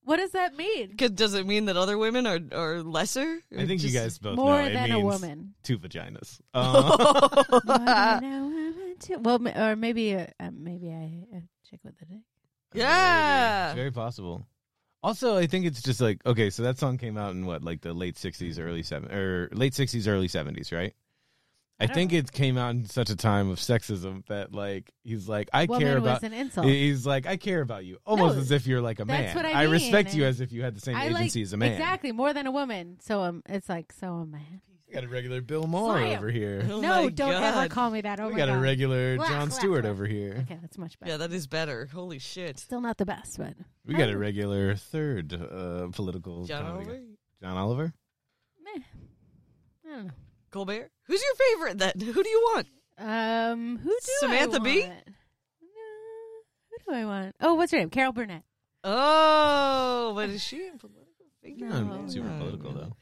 Speaker 1: What does that mean?
Speaker 4: Cause does it mean that other women are are lesser?
Speaker 5: I think you guys both
Speaker 1: More
Speaker 5: know it
Speaker 1: than a
Speaker 5: means
Speaker 1: woman.
Speaker 5: Two vaginas. Uh,
Speaker 1: More than a woman to- well, ma- or maybe uh, uh, maybe I uh, check with the dick.
Speaker 5: It's
Speaker 4: Yeah.
Speaker 5: very possible. Also, I think it's just like okay, so that song came out in what, like the late '60s, early seven or late '60s, early '70s, right? I, think it came out in such a time of sexism that like he's like I
Speaker 1: Woman
Speaker 5: care
Speaker 1: was
Speaker 5: about
Speaker 1: an insult.
Speaker 5: he's like I care about you almost
Speaker 1: No,
Speaker 5: as if you're like a man.
Speaker 1: that's what I
Speaker 5: I respect
Speaker 1: mean.
Speaker 5: you as if you had the same
Speaker 1: I like-
Speaker 5: agency as a man.
Speaker 1: Exactly, more than a woman. So um, it's like so a man.
Speaker 5: We got a regular Bill Moore
Speaker 1: Slam.
Speaker 5: over here.
Speaker 4: Oh
Speaker 1: no,
Speaker 4: my
Speaker 1: don't ever
Speaker 4: God.
Speaker 1: call me that. Oh
Speaker 5: we
Speaker 1: my
Speaker 5: got
Speaker 1: God.
Speaker 5: a regular
Speaker 1: Blah,
Speaker 5: John
Speaker 1: blah,
Speaker 5: Stewart
Speaker 1: blah.
Speaker 5: over here.
Speaker 1: Okay, that's much better.
Speaker 4: Yeah, that is better. Holy shit.
Speaker 1: Still not the best, but
Speaker 5: We got a regular third uh, political
Speaker 4: John
Speaker 5: comedy guy.
Speaker 4: Oliver,
Speaker 5: John Oliver.
Speaker 1: meh. I don't know.
Speaker 4: Colbert. Who's your favorite? Then who do you want?
Speaker 1: Um, who do I
Speaker 4: Samantha
Speaker 1: want?
Speaker 4: Bee?
Speaker 1: No, who do I want? Oh, what's her name? Carol Burnett.
Speaker 4: Oh, but is she a political figure?
Speaker 5: No,
Speaker 1: No.
Speaker 5: super political though.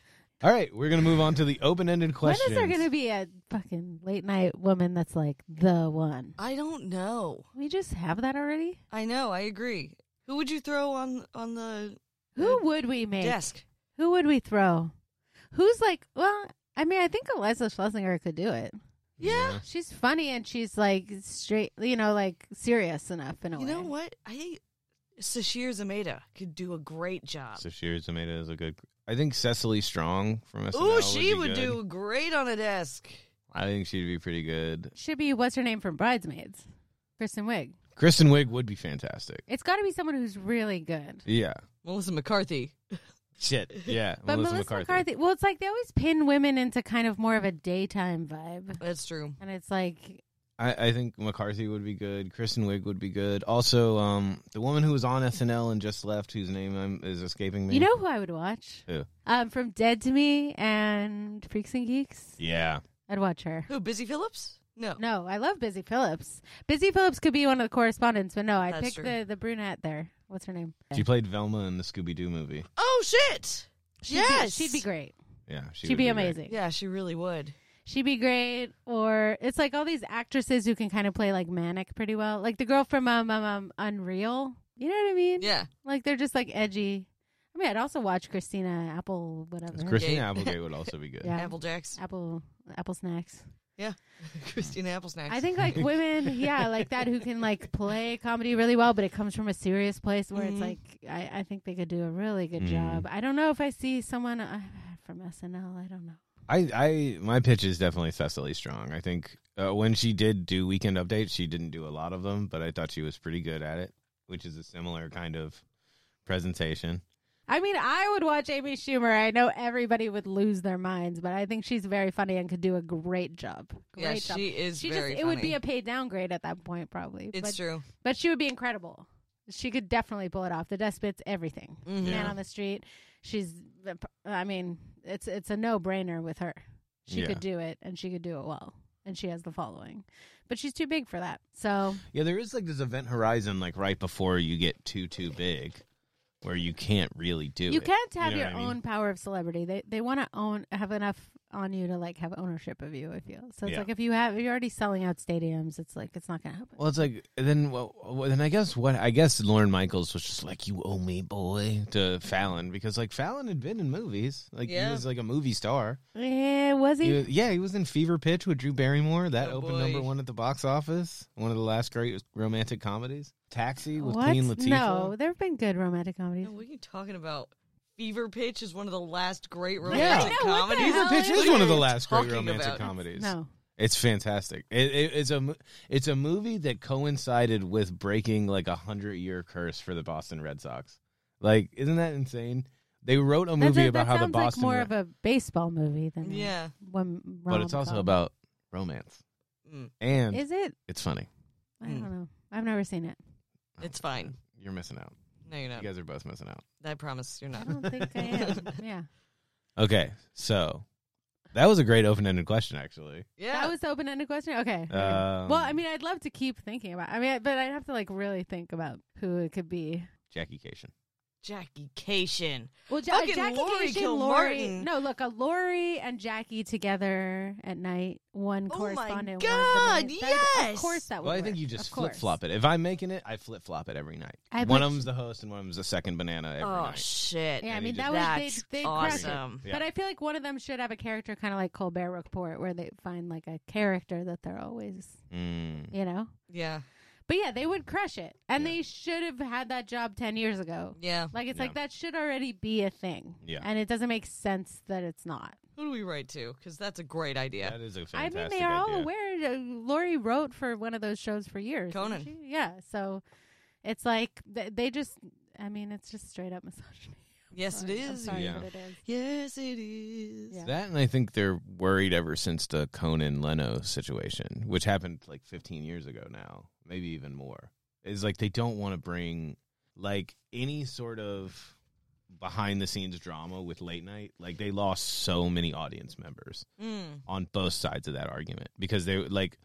Speaker 5: All right, we're gonna move on to the open-ended questions.
Speaker 1: When is there going to be a fucking late night woman that's like the one?
Speaker 4: I don't know.
Speaker 1: We just have that already.
Speaker 4: I know. I agree. Who would you throw on on the
Speaker 1: Who would we make?
Speaker 4: desk?
Speaker 1: Who would we throw? Who's like? Well, I mean, I think Eliza Schlesinger could do it.
Speaker 4: Yeah.
Speaker 1: She's funny and she's like straight, you know, like serious enough in a
Speaker 4: You
Speaker 1: way.
Speaker 4: know what? I think Sashir Zameda could do a great job.
Speaker 5: So Shira Zameda is a good. I think Cecily Strong from SNL.
Speaker 4: Ooh, she
Speaker 5: would,
Speaker 4: would,
Speaker 5: be good.
Speaker 4: do great on a desk.
Speaker 5: I think she'd be pretty good.
Speaker 1: Should be what's her name from Bridesmaids, Kristen Wiig.
Speaker 5: Kristen Wiig would be fantastic.
Speaker 1: It's got to be someone who's really good.
Speaker 5: Yeah.
Speaker 4: Melissa McCarthy.
Speaker 5: Shit. Yeah.
Speaker 1: But Melissa, McCarthy. well, it's like they always pin women into kind of more of a daytime vibe,
Speaker 4: That's true.
Speaker 1: and it's like
Speaker 5: I, I think McCarthy would be good. Kristen Wiig would be good. Also, um, the woman who was on SNL and just left, whose name I'm, is escaping me.
Speaker 1: you know who I would watch.
Speaker 5: Who?
Speaker 1: Um, from Dead to Me and Freaks and Geeks,
Speaker 5: Yeah.
Speaker 1: I'd watch her.
Speaker 4: Who? Busy Phillips? No.
Speaker 1: No, I love Busy Phillips. Busy Phillips could be one of the correspondents, but no, I
Speaker 4: That's
Speaker 1: picked
Speaker 4: true.
Speaker 1: the the brunette there. What's her name?
Speaker 5: She played Velma in the Scooby Doo movie.
Speaker 4: Oh shit!
Speaker 1: She'd
Speaker 4: yes,
Speaker 1: be, she'd be great.
Speaker 5: Yeah.
Speaker 1: She
Speaker 5: She
Speaker 1: would
Speaker 5: would
Speaker 1: be,
Speaker 5: great.
Speaker 1: amazing.
Speaker 4: Yeah, she really would.
Speaker 1: She'd be great. Or it's like all these actresses who can kind of play like manic pretty well, like the girl from um, um, um Unreal. You know what I mean?
Speaker 4: Yeah,
Speaker 1: Like they're just like edgy. I mean, I'd also watch Christina Apple, whatever.
Speaker 5: Christina Applegate would also be good.
Speaker 1: Yeah.
Speaker 4: Apple Jacks.
Speaker 1: Apple Apple snacks.
Speaker 4: Christina Apple Snacks.
Speaker 1: I think like women, yeah, like that who can like play comedy really well, but it comes from a serious place where
Speaker 4: Mhm.
Speaker 1: it's like I, I think they could do a really good
Speaker 5: Mm.
Speaker 1: job. I don't know if I see someone uh, from SNL. I don't know.
Speaker 5: I, I, my pitch is definitely Cecily Strong. I think uh, when she did do weekend updates, she didn't do a lot of them, but I thought she was pretty good at it, which is a similar kind of presentation.
Speaker 1: I mean, I would watch Amy Schumer. I know everybody would lose their minds, but I think she's very funny and could do a great job. Great
Speaker 4: Yeah,
Speaker 1: job.
Speaker 4: she is
Speaker 1: She
Speaker 4: very
Speaker 1: just it would be
Speaker 4: funny.
Speaker 1: a paid downgrade at that point, probably.
Speaker 4: It's
Speaker 1: but,
Speaker 4: true.
Speaker 1: but she would be incredible. She could definitely pull it off. The Despots, everything.
Speaker 4: Mhm.
Speaker 1: Man
Speaker 5: Yeah.
Speaker 1: on the Street. She's. I mean, it's it's a no brainer with her. She
Speaker 5: Yeah.
Speaker 1: could do it, and she could do it well, and she has the following. But she's too big for that. So
Speaker 5: Yeah, there is like this event horizon, like right before you get too too big, where you can't really do.
Speaker 1: you
Speaker 5: it.
Speaker 1: can't have
Speaker 5: know
Speaker 1: your
Speaker 5: what I mean?
Speaker 1: own power of celebrity. They they want to own have enough on you to like have ownership of you. I feel so. It's
Speaker 5: Yeah.
Speaker 1: like if you have if you're already selling out stadiums, it's like it's not gonna happen.
Speaker 5: Well, it's like then. Well, well, then I guess what I guess Lauren Michaels was just like, "You owe me, boy," to Fallon because like Fallon had been in movies, like
Speaker 4: Yeah.
Speaker 5: he was like a movie star.
Speaker 1: Yeah, Eh, was
Speaker 5: He
Speaker 1: he?
Speaker 5: was- yeah, he was in Fever Pitch with Drew Barrymore. That
Speaker 4: Oh,
Speaker 5: opened
Speaker 4: boy.
Speaker 5: number one at the box office. One of the last great romantic comedies. Taxi with
Speaker 1: what?
Speaker 5: Queen Latifah.
Speaker 1: No, there have been good romantic comedies.
Speaker 4: No, what are you talking about? Fever Pitch is one of the last great
Speaker 5: Yeah.
Speaker 4: romantic
Speaker 1: I know, what the
Speaker 4: comedies.
Speaker 1: hell
Speaker 5: Fever Pitch
Speaker 1: is
Speaker 5: is one of the
Speaker 4: that?
Speaker 5: last great
Speaker 4: Talking
Speaker 5: romantic
Speaker 4: about-
Speaker 5: comedies.
Speaker 1: No.
Speaker 5: It's fantastic. It, it, it's a mo- it's a movie that coincided with breaking like a hundred year curse for the Boston Red Sox. Like, isn't that insane? They wrote a
Speaker 1: That's
Speaker 5: movie
Speaker 1: a-
Speaker 5: about
Speaker 1: that
Speaker 5: how the
Speaker 1: sounds
Speaker 5: Boston,
Speaker 1: like more of
Speaker 5: Red-
Speaker 1: a baseball movie than a-
Speaker 4: Yeah.
Speaker 1: one.
Speaker 5: but it's also
Speaker 1: rom-com.
Speaker 5: about romance,
Speaker 4: Mm.
Speaker 5: and
Speaker 1: Is it?
Speaker 5: it's funny.
Speaker 1: I
Speaker 4: Mm.
Speaker 5: Hmm.
Speaker 1: don't know. I've never seen it.
Speaker 4: It's fine.
Speaker 5: You're missing out.
Speaker 4: No, you're
Speaker 5: You
Speaker 4: not.
Speaker 5: guys are both missing out.
Speaker 4: I promise you're
Speaker 1: I
Speaker 4: not.
Speaker 1: don't think I am. Yeah,
Speaker 5: Okay, so that was a great open ended question, actually.
Speaker 4: Yeah.
Speaker 1: that was the open-ended question. Okay.
Speaker 5: Um,
Speaker 1: well, I mean, I'd love to keep thinking about. I mean, I- but I'd have to like really think about who it could be.
Speaker 5: Jackie Cation.
Speaker 4: Jackie Cation.
Speaker 1: Well, ja-
Speaker 4: Fucking
Speaker 1: Jackie
Speaker 4: Lori
Speaker 1: Cation, Lori.
Speaker 4: Kilmartin.
Speaker 1: No, look, a Lori and Jackie together at night, one
Speaker 4: Oh my
Speaker 1: correspondent.
Speaker 4: God,
Speaker 1: one of the main- that-
Speaker 4: yes!
Speaker 1: of course that would.
Speaker 5: Well, I
Speaker 1: work.
Speaker 5: think you
Speaker 1: Of
Speaker 5: just
Speaker 1: course.
Speaker 5: flip flop it. If I'm making it, I flip flop it every night.
Speaker 1: I
Speaker 5: one
Speaker 1: bet
Speaker 5: of
Speaker 1: you-
Speaker 5: them's the host, and one of them's the second banana every
Speaker 4: oh
Speaker 5: night.
Speaker 4: shit.
Speaker 1: Yeah, I
Speaker 5: And
Speaker 1: mean
Speaker 5: you
Speaker 1: that
Speaker 5: just-
Speaker 1: was
Speaker 4: That's
Speaker 1: they, they cracked it.
Speaker 4: awesome.
Speaker 5: Yeah.
Speaker 1: But I feel like one of them should have a character, kind of like Colbert Report, where they find like a character that they're always,
Speaker 5: Mm.
Speaker 1: you know.
Speaker 4: Yeah.
Speaker 1: But yeah, they would crush it, and they should have had that job ten years ago.
Speaker 4: Yeah.
Speaker 1: Like it's
Speaker 5: Yeah.
Speaker 1: like that should already be a thing.
Speaker 5: Yeah.
Speaker 1: and it doesn't make sense that it's not.
Speaker 4: Who do we write to? Because that's a great idea.
Speaker 5: That is a
Speaker 1: I
Speaker 5: fantastic
Speaker 1: mean, they are all
Speaker 5: idea.
Speaker 1: aware. Uh, Lori wrote for one of those shows for years. didn't
Speaker 4: Conan.
Speaker 1: she? Yeah. So it's like th- they just, I mean, it's just straight up misogyny.
Speaker 4: Yes, it
Speaker 1: Sorry, I'm
Speaker 4: is.
Speaker 1: sorry,
Speaker 5: Yeah.
Speaker 1: but it is.
Speaker 4: Yes, it is.
Speaker 1: Yeah.
Speaker 5: That and I think they're worried ever since the Conan Leno situation, which happened like 15 years ago now, maybe even more. Is like they don't want to bring like any sort of behind the scenes drama with late night. Like they lost so many audience members
Speaker 4: Mm.
Speaker 5: on both sides of that argument because they like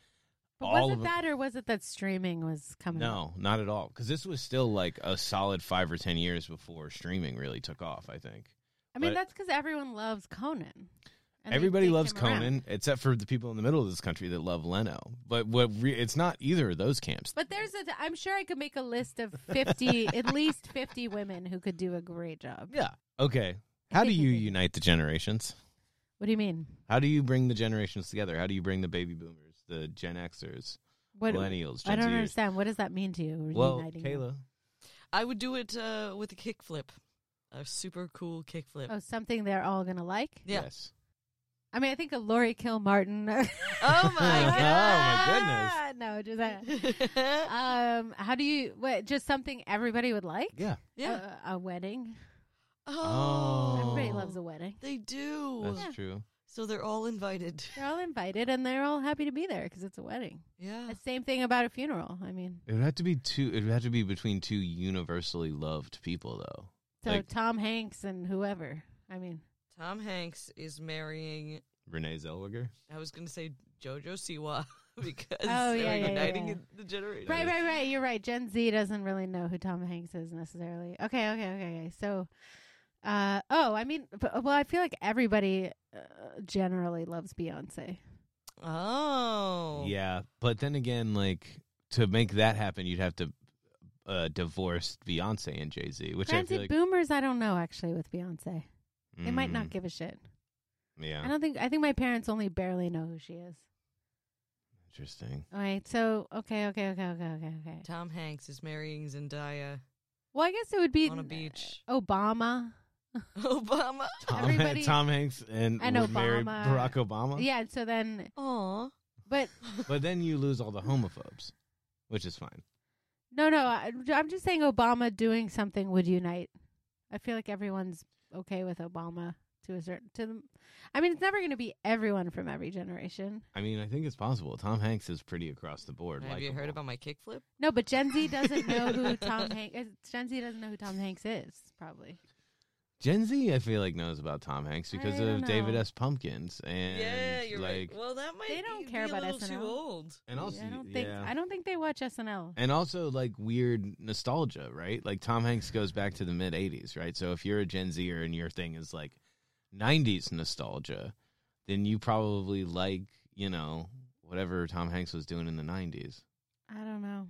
Speaker 1: But
Speaker 5: all
Speaker 1: was
Speaker 5: of
Speaker 1: it
Speaker 5: them-
Speaker 1: that, or was it that streaming was coming? up?
Speaker 5: No, not at all. Because this was still like a solid five or ten years before streaming really took off. I think
Speaker 1: I mean
Speaker 5: but-
Speaker 1: that's because everyone loves Conan. And they-
Speaker 5: everybody
Speaker 1: they
Speaker 5: loves
Speaker 1: came around.
Speaker 5: Conan except for the people in the middle of this country that love Leno. But what re- it's not either of those camps.
Speaker 1: But there's a. T- I'm sure I could make a list of fifty, at least fifty women who could do a great job.
Speaker 5: yeah. Okay. How do
Speaker 1: think we
Speaker 5: you
Speaker 1: could.
Speaker 5: unite the generations?
Speaker 1: What do you mean?
Speaker 5: How do you bring the generations together? How do you bring the baby boomers, the Gen Xers,
Speaker 1: What?
Speaker 5: millennials? Gen
Speaker 1: I don't
Speaker 5: Zers?
Speaker 1: understand. What does that mean to you?
Speaker 5: Well,
Speaker 1: reuniting them?
Speaker 5: Kayla,
Speaker 4: I would do it uh, with a kickflip, a super cool kickflip.
Speaker 1: Oh, something they're all gonna like.
Speaker 4: yeah.
Speaker 5: yes,
Speaker 1: I mean, I think a Lori Kilmartin.
Speaker 4: Oh my
Speaker 5: my
Speaker 1: no, just uh,
Speaker 4: goodness.
Speaker 1: um. How do you? What? Just something everybody would like.
Speaker 5: yeah,
Speaker 4: yeah.
Speaker 1: A, a wedding.
Speaker 5: Oh.
Speaker 1: Uh, Everybody loves a wedding.
Speaker 4: They do.
Speaker 5: that's true.
Speaker 4: So they're all invited.
Speaker 1: They're all invited and they're all happy to be there because it's a wedding.
Speaker 4: Yeah.
Speaker 1: The same thing about a funeral. I mean,
Speaker 5: It would have to be two. It would have to be between two universally loved people, though.
Speaker 1: so
Speaker 5: Like-
Speaker 1: Tom Hanks and whoever. I mean,
Speaker 4: Tom Hanks is marrying.
Speaker 5: Renee Zellweger.
Speaker 4: I was going to say JoJo Siwa because
Speaker 1: Oh, yeah,
Speaker 4: they're
Speaker 1: yeah,
Speaker 4: uniting
Speaker 1: yeah.
Speaker 4: the generation.
Speaker 1: right, right, right. You're right. Gen Z doesn't really know who Tom Hanks is necessarily. Okay, okay, okay, okay. So, uh, oh, I mean, b- well, I feel like everybody uh, generally loves Beyonce.
Speaker 4: Oh.
Speaker 5: Yeah, but then again, like to make that happen, you'd have to uh, divorce Beyonce and Jay Z, which I
Speaker 1: Granted,
Speaker 5: feel like
Speaker 1: boomers, I don't know actually with Beyonce. They might not
Speaker 5: Mm,
Speaker 1: give a shit. I
Speaker 5: Yeah,
Speaker 1: don't think. I think my parents only barely know who she is.
Speaker 5: interesting.
Speaker 1: All right. So okay, okay, okay, okay, okay, okay.
Speaker 4: Tom Hanks is marrying Zendaya
Speaker 1: Well, I guess it would be
Speaker 4: on a
Speaker 1: uh,
Speaker 4: beach.
Speaker 1: Obama.
Speaker 4: Obama.
Speaker 5: Tom,
Speaker 1: Everybody-
Speaker 5: Tom Hanks and,
Speaker 1: and
Speaker 5: would marry
Speaker 1: Obama.
Speaker 5: Barack Obama.
Speaker 1: Yeah, and so then,
Speaker 4: Aw.
Speaker 1: but
Speaker 5: But then you lose all the homophobes, which is fine.
Speaker 1: no, no, I, I'm just saying Obama doing something would unite. I feel like everyone's okay with Obama to a certain. To, the- I mean, it's never going to be everyone from every generation.
Speaker 5: I mean, I think it's possible. Tom Hanks is pretty across the board.
Speaker 4: Have you heard
Speaker 5: likable.
Speaker 4: about my kickflip?
Speaker 1: No, but Gen Z doesn't know who Tom Hanks. Gen Z doesn't know who Tom Hanks is, probably.
Speaker 5: Gen Z? I feel like knows about Tom Hanks because
Speaker 1: I
Speaker 5: of
Speaker 1: don't
Speaker 5: David
Speaker 1: know.
Speaker 5: S. Pumpkins and like,
Speaker 4: Well, that might
Speaker 1: They don't
Speaker 4: be
Speaker 1: care
Speaker 4: a
Speaker 1: about
Speaker 4: little too
Speaker 1: SNL.
Speaker 4: old.
Speaker 5: and also
Speaker 1: I don't think
Speaker 5: yeah.
Speaker 1: I don't think they watch SNL.
Speaker 5: and also like weird nostalgia, right? Like Tom Hanks goes back to the mid '80s, right? So if you're a Gen Zer and your thing is like '90s nostalgia, then you probably like you know whatever Tom Hanks was doing in the '90s.
Speaker 1: I don't know.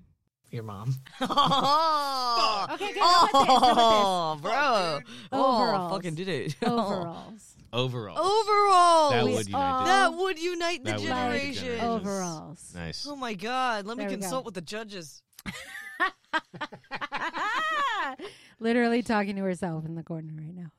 Speaker 4: Your mom. oh,
Speaker 1: Okay, go, go with this, go
Speaker 4: bro. Oh,
Speaker 1: Overalls.
Speaker 4: fucking did it.
Speaker 1: Overalls.
Speaker 5: Overall,
Speaker 4: Overalls.
Speaker 5: that
Speaker 1: We
Speaker 5: would unite.
Speaker 1: all-
Speaker 5: the-
Speaker 4: That would unite the
Speaker 5: That would unite the
Speaker 4: generation.
Speaker 5: generation.
Speaker 1: Overalls.
Speaker 5: Nice.
Speaker 4: Oh my god. Let me
Speaker 1: There we
Speaker 4: consult
Speaker 1: go.
Speaker 4: with the judges.
Speaker 1: Literally talking to herself in the corner right now.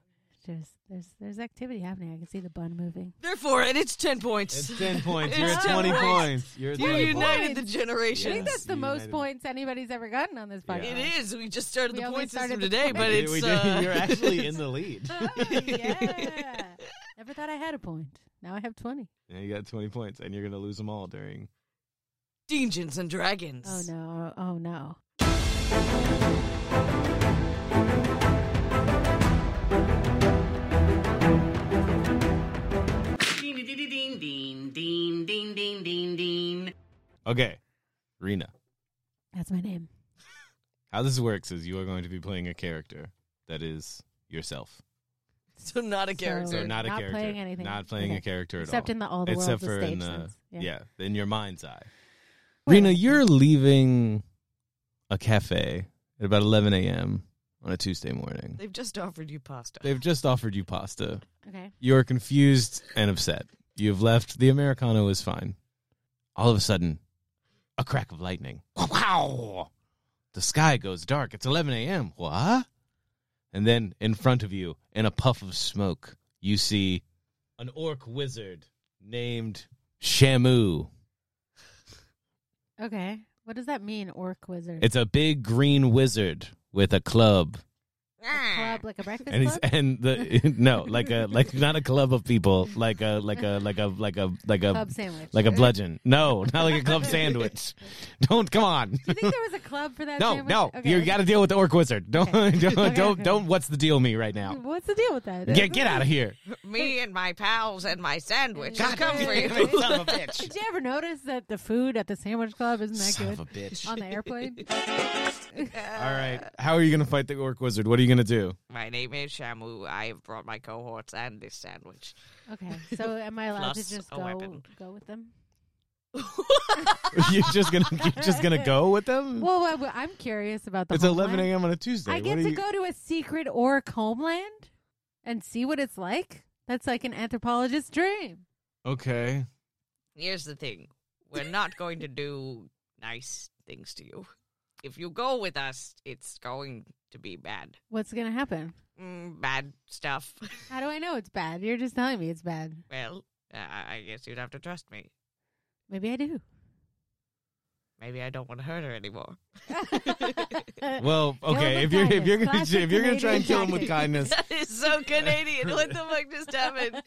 Speaker 1: There's there's there's activity happening. I can see the bun moving.
Speaker 4: Therefore, and it's ten points.
Speaker 5: It's ten points. You're
Speaker 4: It's
Speaker 5: at
Speaker 4: 10
Speaker 5: twenty
Speaker 4: points.
Speaker 5: points. You're at
Speaker 4: you
Speaker 5: 20 points.
Speaker 4: united the
Speaker 1: I
Speaker 4: generation.
Speaker 1: think
Speaker 5: Yes,
Speaker 1: that's the
Speaker 5: you
Speaker 1: most
Speaker 5: united-
Speaker 1: points anybody's ever gotten on this podcast.
Speaker 4: It is. We just started
Speaker 1: We
Speaker 4: the
Speaker 1: only
Speaker 4: point
Speaker 1: started the
Speaker 4: system today,
Speaker 1: point
Speaker 4: but
Speaker 5: We-
Speaker 4: it's
Speaker 5: we did-
Speaker 4: uh,
Speaker 5: you're actually in the lead.
Speaker 1: Oh, yeah. Never thought I had a point. Now I have twenty.
Speaker 5: Yeah, you got 20 points, and you're going to lose them all during.
Speaker 4: Dungeons and Dragons.
Speaker 1: Oh no. Oh no.
Speaker 7: Ding ding ding ding ding ding ding ding ding.
Speaker 5: Okay, Rena,
Speaker 1: That's my name.
Speaker 5: how this works is you are going to be playing a character that is yourself.
Speaker 4: So not a
Speaker 1: So-
Speaker 4: character.
Speaker 5: So not a
Speaker 1: Not
Speaker 5: character.
Speaker 1: playing anything.
Speaker 5: Not playing a
Speaker 1: Okay.
Speaker 5: character at
Speaker 1: Except
Speaker 5: all.
Speaker 1: in the all the
Speaker 5: Except
Speaker 1: world's
Speaker 5: for
Speaker 1: a stage
Speaker 5: in the
Speaker 1: sense.
Speaker 5: yeah.
Speaker 1: Yeah.
Speaker 5: in your mind's eye. Rena, you're leaving a cafe at about 11 a.m. on a Tuesday morning.
Speaker 4: They've just offered you pasta.
Speaker 5: They've just offered you pasta.
Speaker 1: Okay.
Speaker 5: You're confused and upset. You've left. The Americano is fine. All of a sudden, a crack of lightning. Wow! The sky goes dark. It's 11 a.m. What? And then in front of you, in a puff of smoke, you see an orc wizard named Shamu.
Speaker 1: Okay. What does that mean, orc wizard?
Speaker 5: It's a big green wizard with a club.
Speaker 1: a club like a breakfast
Speaker 5: and he's
Speaker 1: club.
Speaker 5: and the no, like a like not a club of people, like a like a like a like a like a
Speaker 1: club sandwich.
Speaker 5: like a bludgeon. No, not like a club sandwich. Don't come on.
Speaker 1: Do you think there was a club for that?
Speaker 5: No,
Speaker 1: sandwich?
Speaker 5: no,
Speaker 1: Okay.
Speaker 5: you got to deal with the orc wizard. Don't,
Speaker 1: Okay.
Speaker 5: don't,
Speaker 1: Okay,
Speaker 5: don't,
Speaker 1: okay.
Speaker 5: don't. What's the deal, me right now?
Speaker 1: What's the deal with that?
Speaker 5: Get, get out of here!
Speaker 4: Me and my pals and my sandwich.
Speaker 1: God
Speaker 4: come for
Speaker 1: damn
Speaker 4: you.
Speaker 1: it.
Speaker 5: Son of a bitch!
Speaker 1: Did you ever notice that the food at the sandwich club isn't that
Speaker 5: Son
Speaker 1: good
Speaker 5: of a bitch!
Speaker 1: on the airplane?
Speaker 5: All right, how are you gonna fight the orc wizard? What are you gonna do?
Speaker 4: My name is Shamu. I have brought my cohorts and this sandwich.
Speaker 1: Okay, so am I allowed
Speaker 4: Plus
Speaker 1: to just
Speaker 4: a
Speaker 1: go
Speaker 4: weapon.
Speaker 1: go with them?
Speaker 5: you're just gonna, you're just gonna go with them?
Speaker 1: Well, well, well, I'm curious about the.
Speaker 5: it's 11
Speaker 1: homeland.
Speaker 5: a.m. on a Tuesday.
Speaker 1: I
Speaker 5: What
Speaker 1: get
Speaker 5: are
Speaker 1: to
Speaker 5: you-
Speaker 1: go to a secret orc homeland and see what it's like. That's like an anthropologist's dream.
Speaker 5: Okay.
Speaker 4: Here's the thing we're not going to do nice things to you. If you go with us, it's going to be bad.
Speaker 1: What's gonna happen?
Speaker 4: Mm, bad stuff.
Speaker 1: How do I know it's bad? You're just telling me it's bad.
Speaker 4: Well, uh, I I guess you'd have to trust me.
Speaker 1: Maybe I do.
Speaker 4: Maybe I don't want to hurt her anymore.
Speaker 5: Well,
Speaker 1: with
Speaker 5: okay. If you're if
Speaker 1: kindness.
Speaker 5: you're gonna
Speaker 1: Classic
Speaker 5: if you're gonna try and
Speaker 1: Canadian
Speaker 5: kill him with
Speaker 1: tactic.
Speaker 5: kindness,
Speaker 4: That is so Canadian. What the fuck just happened?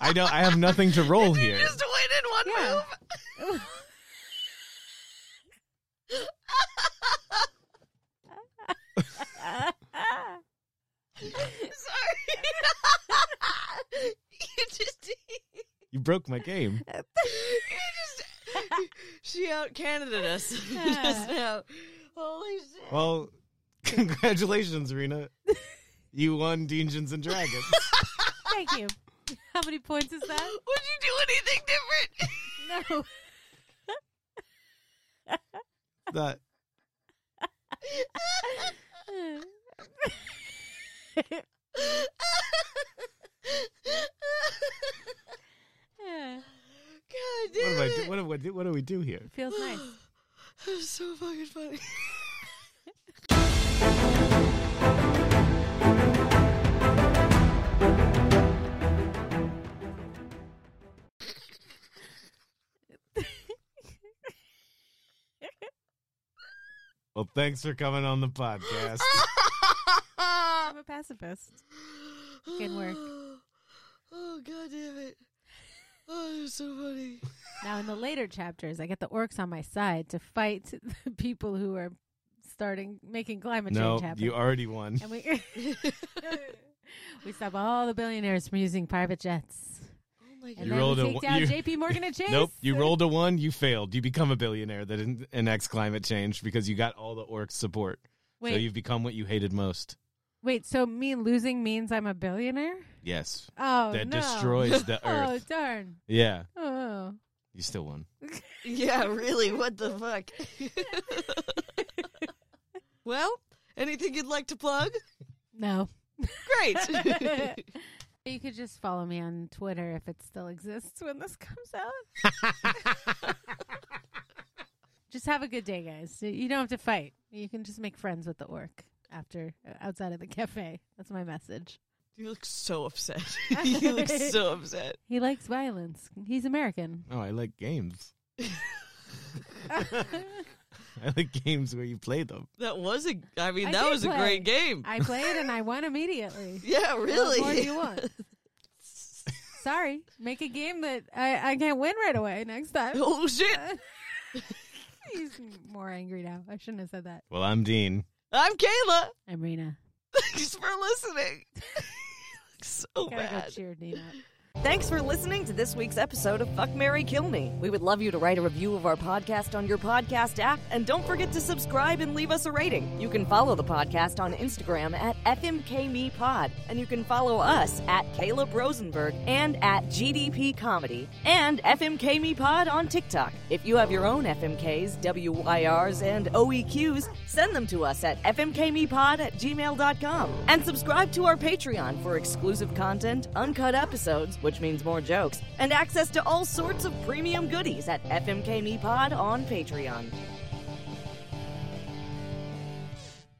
Speaker 5: I don't. I have nothing to roll here.
Speaker 4: Just win in one
Speaker 1: Yeah.
Speaker 4: move. Sorry. you just
Speaker 5: You broke my game.
Speaker 4: you just she out Canadaed us just now. Holy shit.
Speaker 5: Well, congratulations, Rena. You won Dungeons and Dragons.
Speaker 1: Thank you. How many points is that?
Speaker 4: Would you do anything different?
Speaker 1: No.
Speaker 5: that
Speaker 4: God
Speaker 5: what
Speaker 4: damn
Speaker 5: do I
Speaker 4: it.
Speaker 5: do? What do I do? What do we do here?
Speaker 1: Feels nice.
Speaker 4: That was so fucking funny.
Speaker 5: Well, thanks for coming on the podcast.
Speaker 1: I'm a pacifist. Good work.
Speaker 8: Oh god damn it! Oh, you're so funny.
Speaker 1: Now, in the later chapters, I get the orcs on my side to fight the people who are starting making climate
Speaker 5: no,
Speaker 1: change happen.
Speaker 5: you already won.
Speaker 1: and we we stop all the billionaires from using private jets.
Speaker 8: Oh my god.
Speaker 1: And
Speaker 5: You
Speaker 1: then
Speaker 5: rolled a
Speaker 1: we take
Speaker 5: one-
Speaker 1: down
Speaker 5: you-
Speaker 1: J.P. Morgan and Chase.
Speaker 5: Nope, you rolled a one, you failed. You become a billionaire that en- enacts climate change because you got all the orcs' support.
Speaker 1: Wait,
Speaker 5: So you've become what you hated most.
Speaker 1: wait. So me losing means I'm a billionaire?
Speaker 5: Yes,
Speaker 1: Oh
Speaker 5: that
Speaker 1: no!
Speaker 5: destroys the
Speaker 1: oh
Speaker 5: earth.
Speaker 1: darn!
Speaker 5: Yeah,
Speaker 1: Oh,
Speaker 5: you still won.
Speaker 8: Yeah, really. What the fuck? well, anything you'd like to plug?
Speaker 1: no.
Speaker 8: Great.
Speaker 1: You could just follow me on Twitter if it still exists when this comes out. just have a good day, guys. You don't have to fight. You can just make friends with the orc after uh, outside of the cafe. That's my message.
Speaker 8: you look so upset. you look so upset.
Speaker 1: He likes violence. He's American.
Speaker 5: Oh, I like games. I like games where you play them.
Speaker 8: That was a. I mean,
Speaker 1: I
Speaker 8: that
Speaker 1: did
Speaker 8: was a
Speaker 1: play.
Speaker 8: great game.
Speaker 1: I played and I won immediately.
Speaker 8: yeah, really.
Speaker 1: What more do you want? Sorry. Make a game that I, I can't win right away next time.
Speaker 8: oh shit!
Speaker 1: He's more angry now. I shouldn't have said that.
Speaker 5: Well, I'm Dean.
Speaker 8: I'm Kayla.
Speaker 1: I'm Rena.
Speaker 8: Thanks for listening. so
Speaker 1: Gotta go
Speaker 8: bad.
Speaker 1: cheer Dean up.
Speaker 4: Thanks for listening to this week's episode of Fuck Mary Kill Me. We would love you to write a review of our podcast on your podcast app, and don't forget to subscribe and leave us a rating. You can follow the podcast on Instagram at FMKMePod, and you can follow us at Caleb Rosenberg and at GDP Comedy and FMKMePod on TikTok. If you have your own FMKs, WIRs, and OEQs, send them to us at fmkmepod E at gmail.com. And subscribe to our Patreon for exclusive content, uncut episodes, which means more jokes, and access to all sorts of premium goodies at fmkmepod E on Patreon.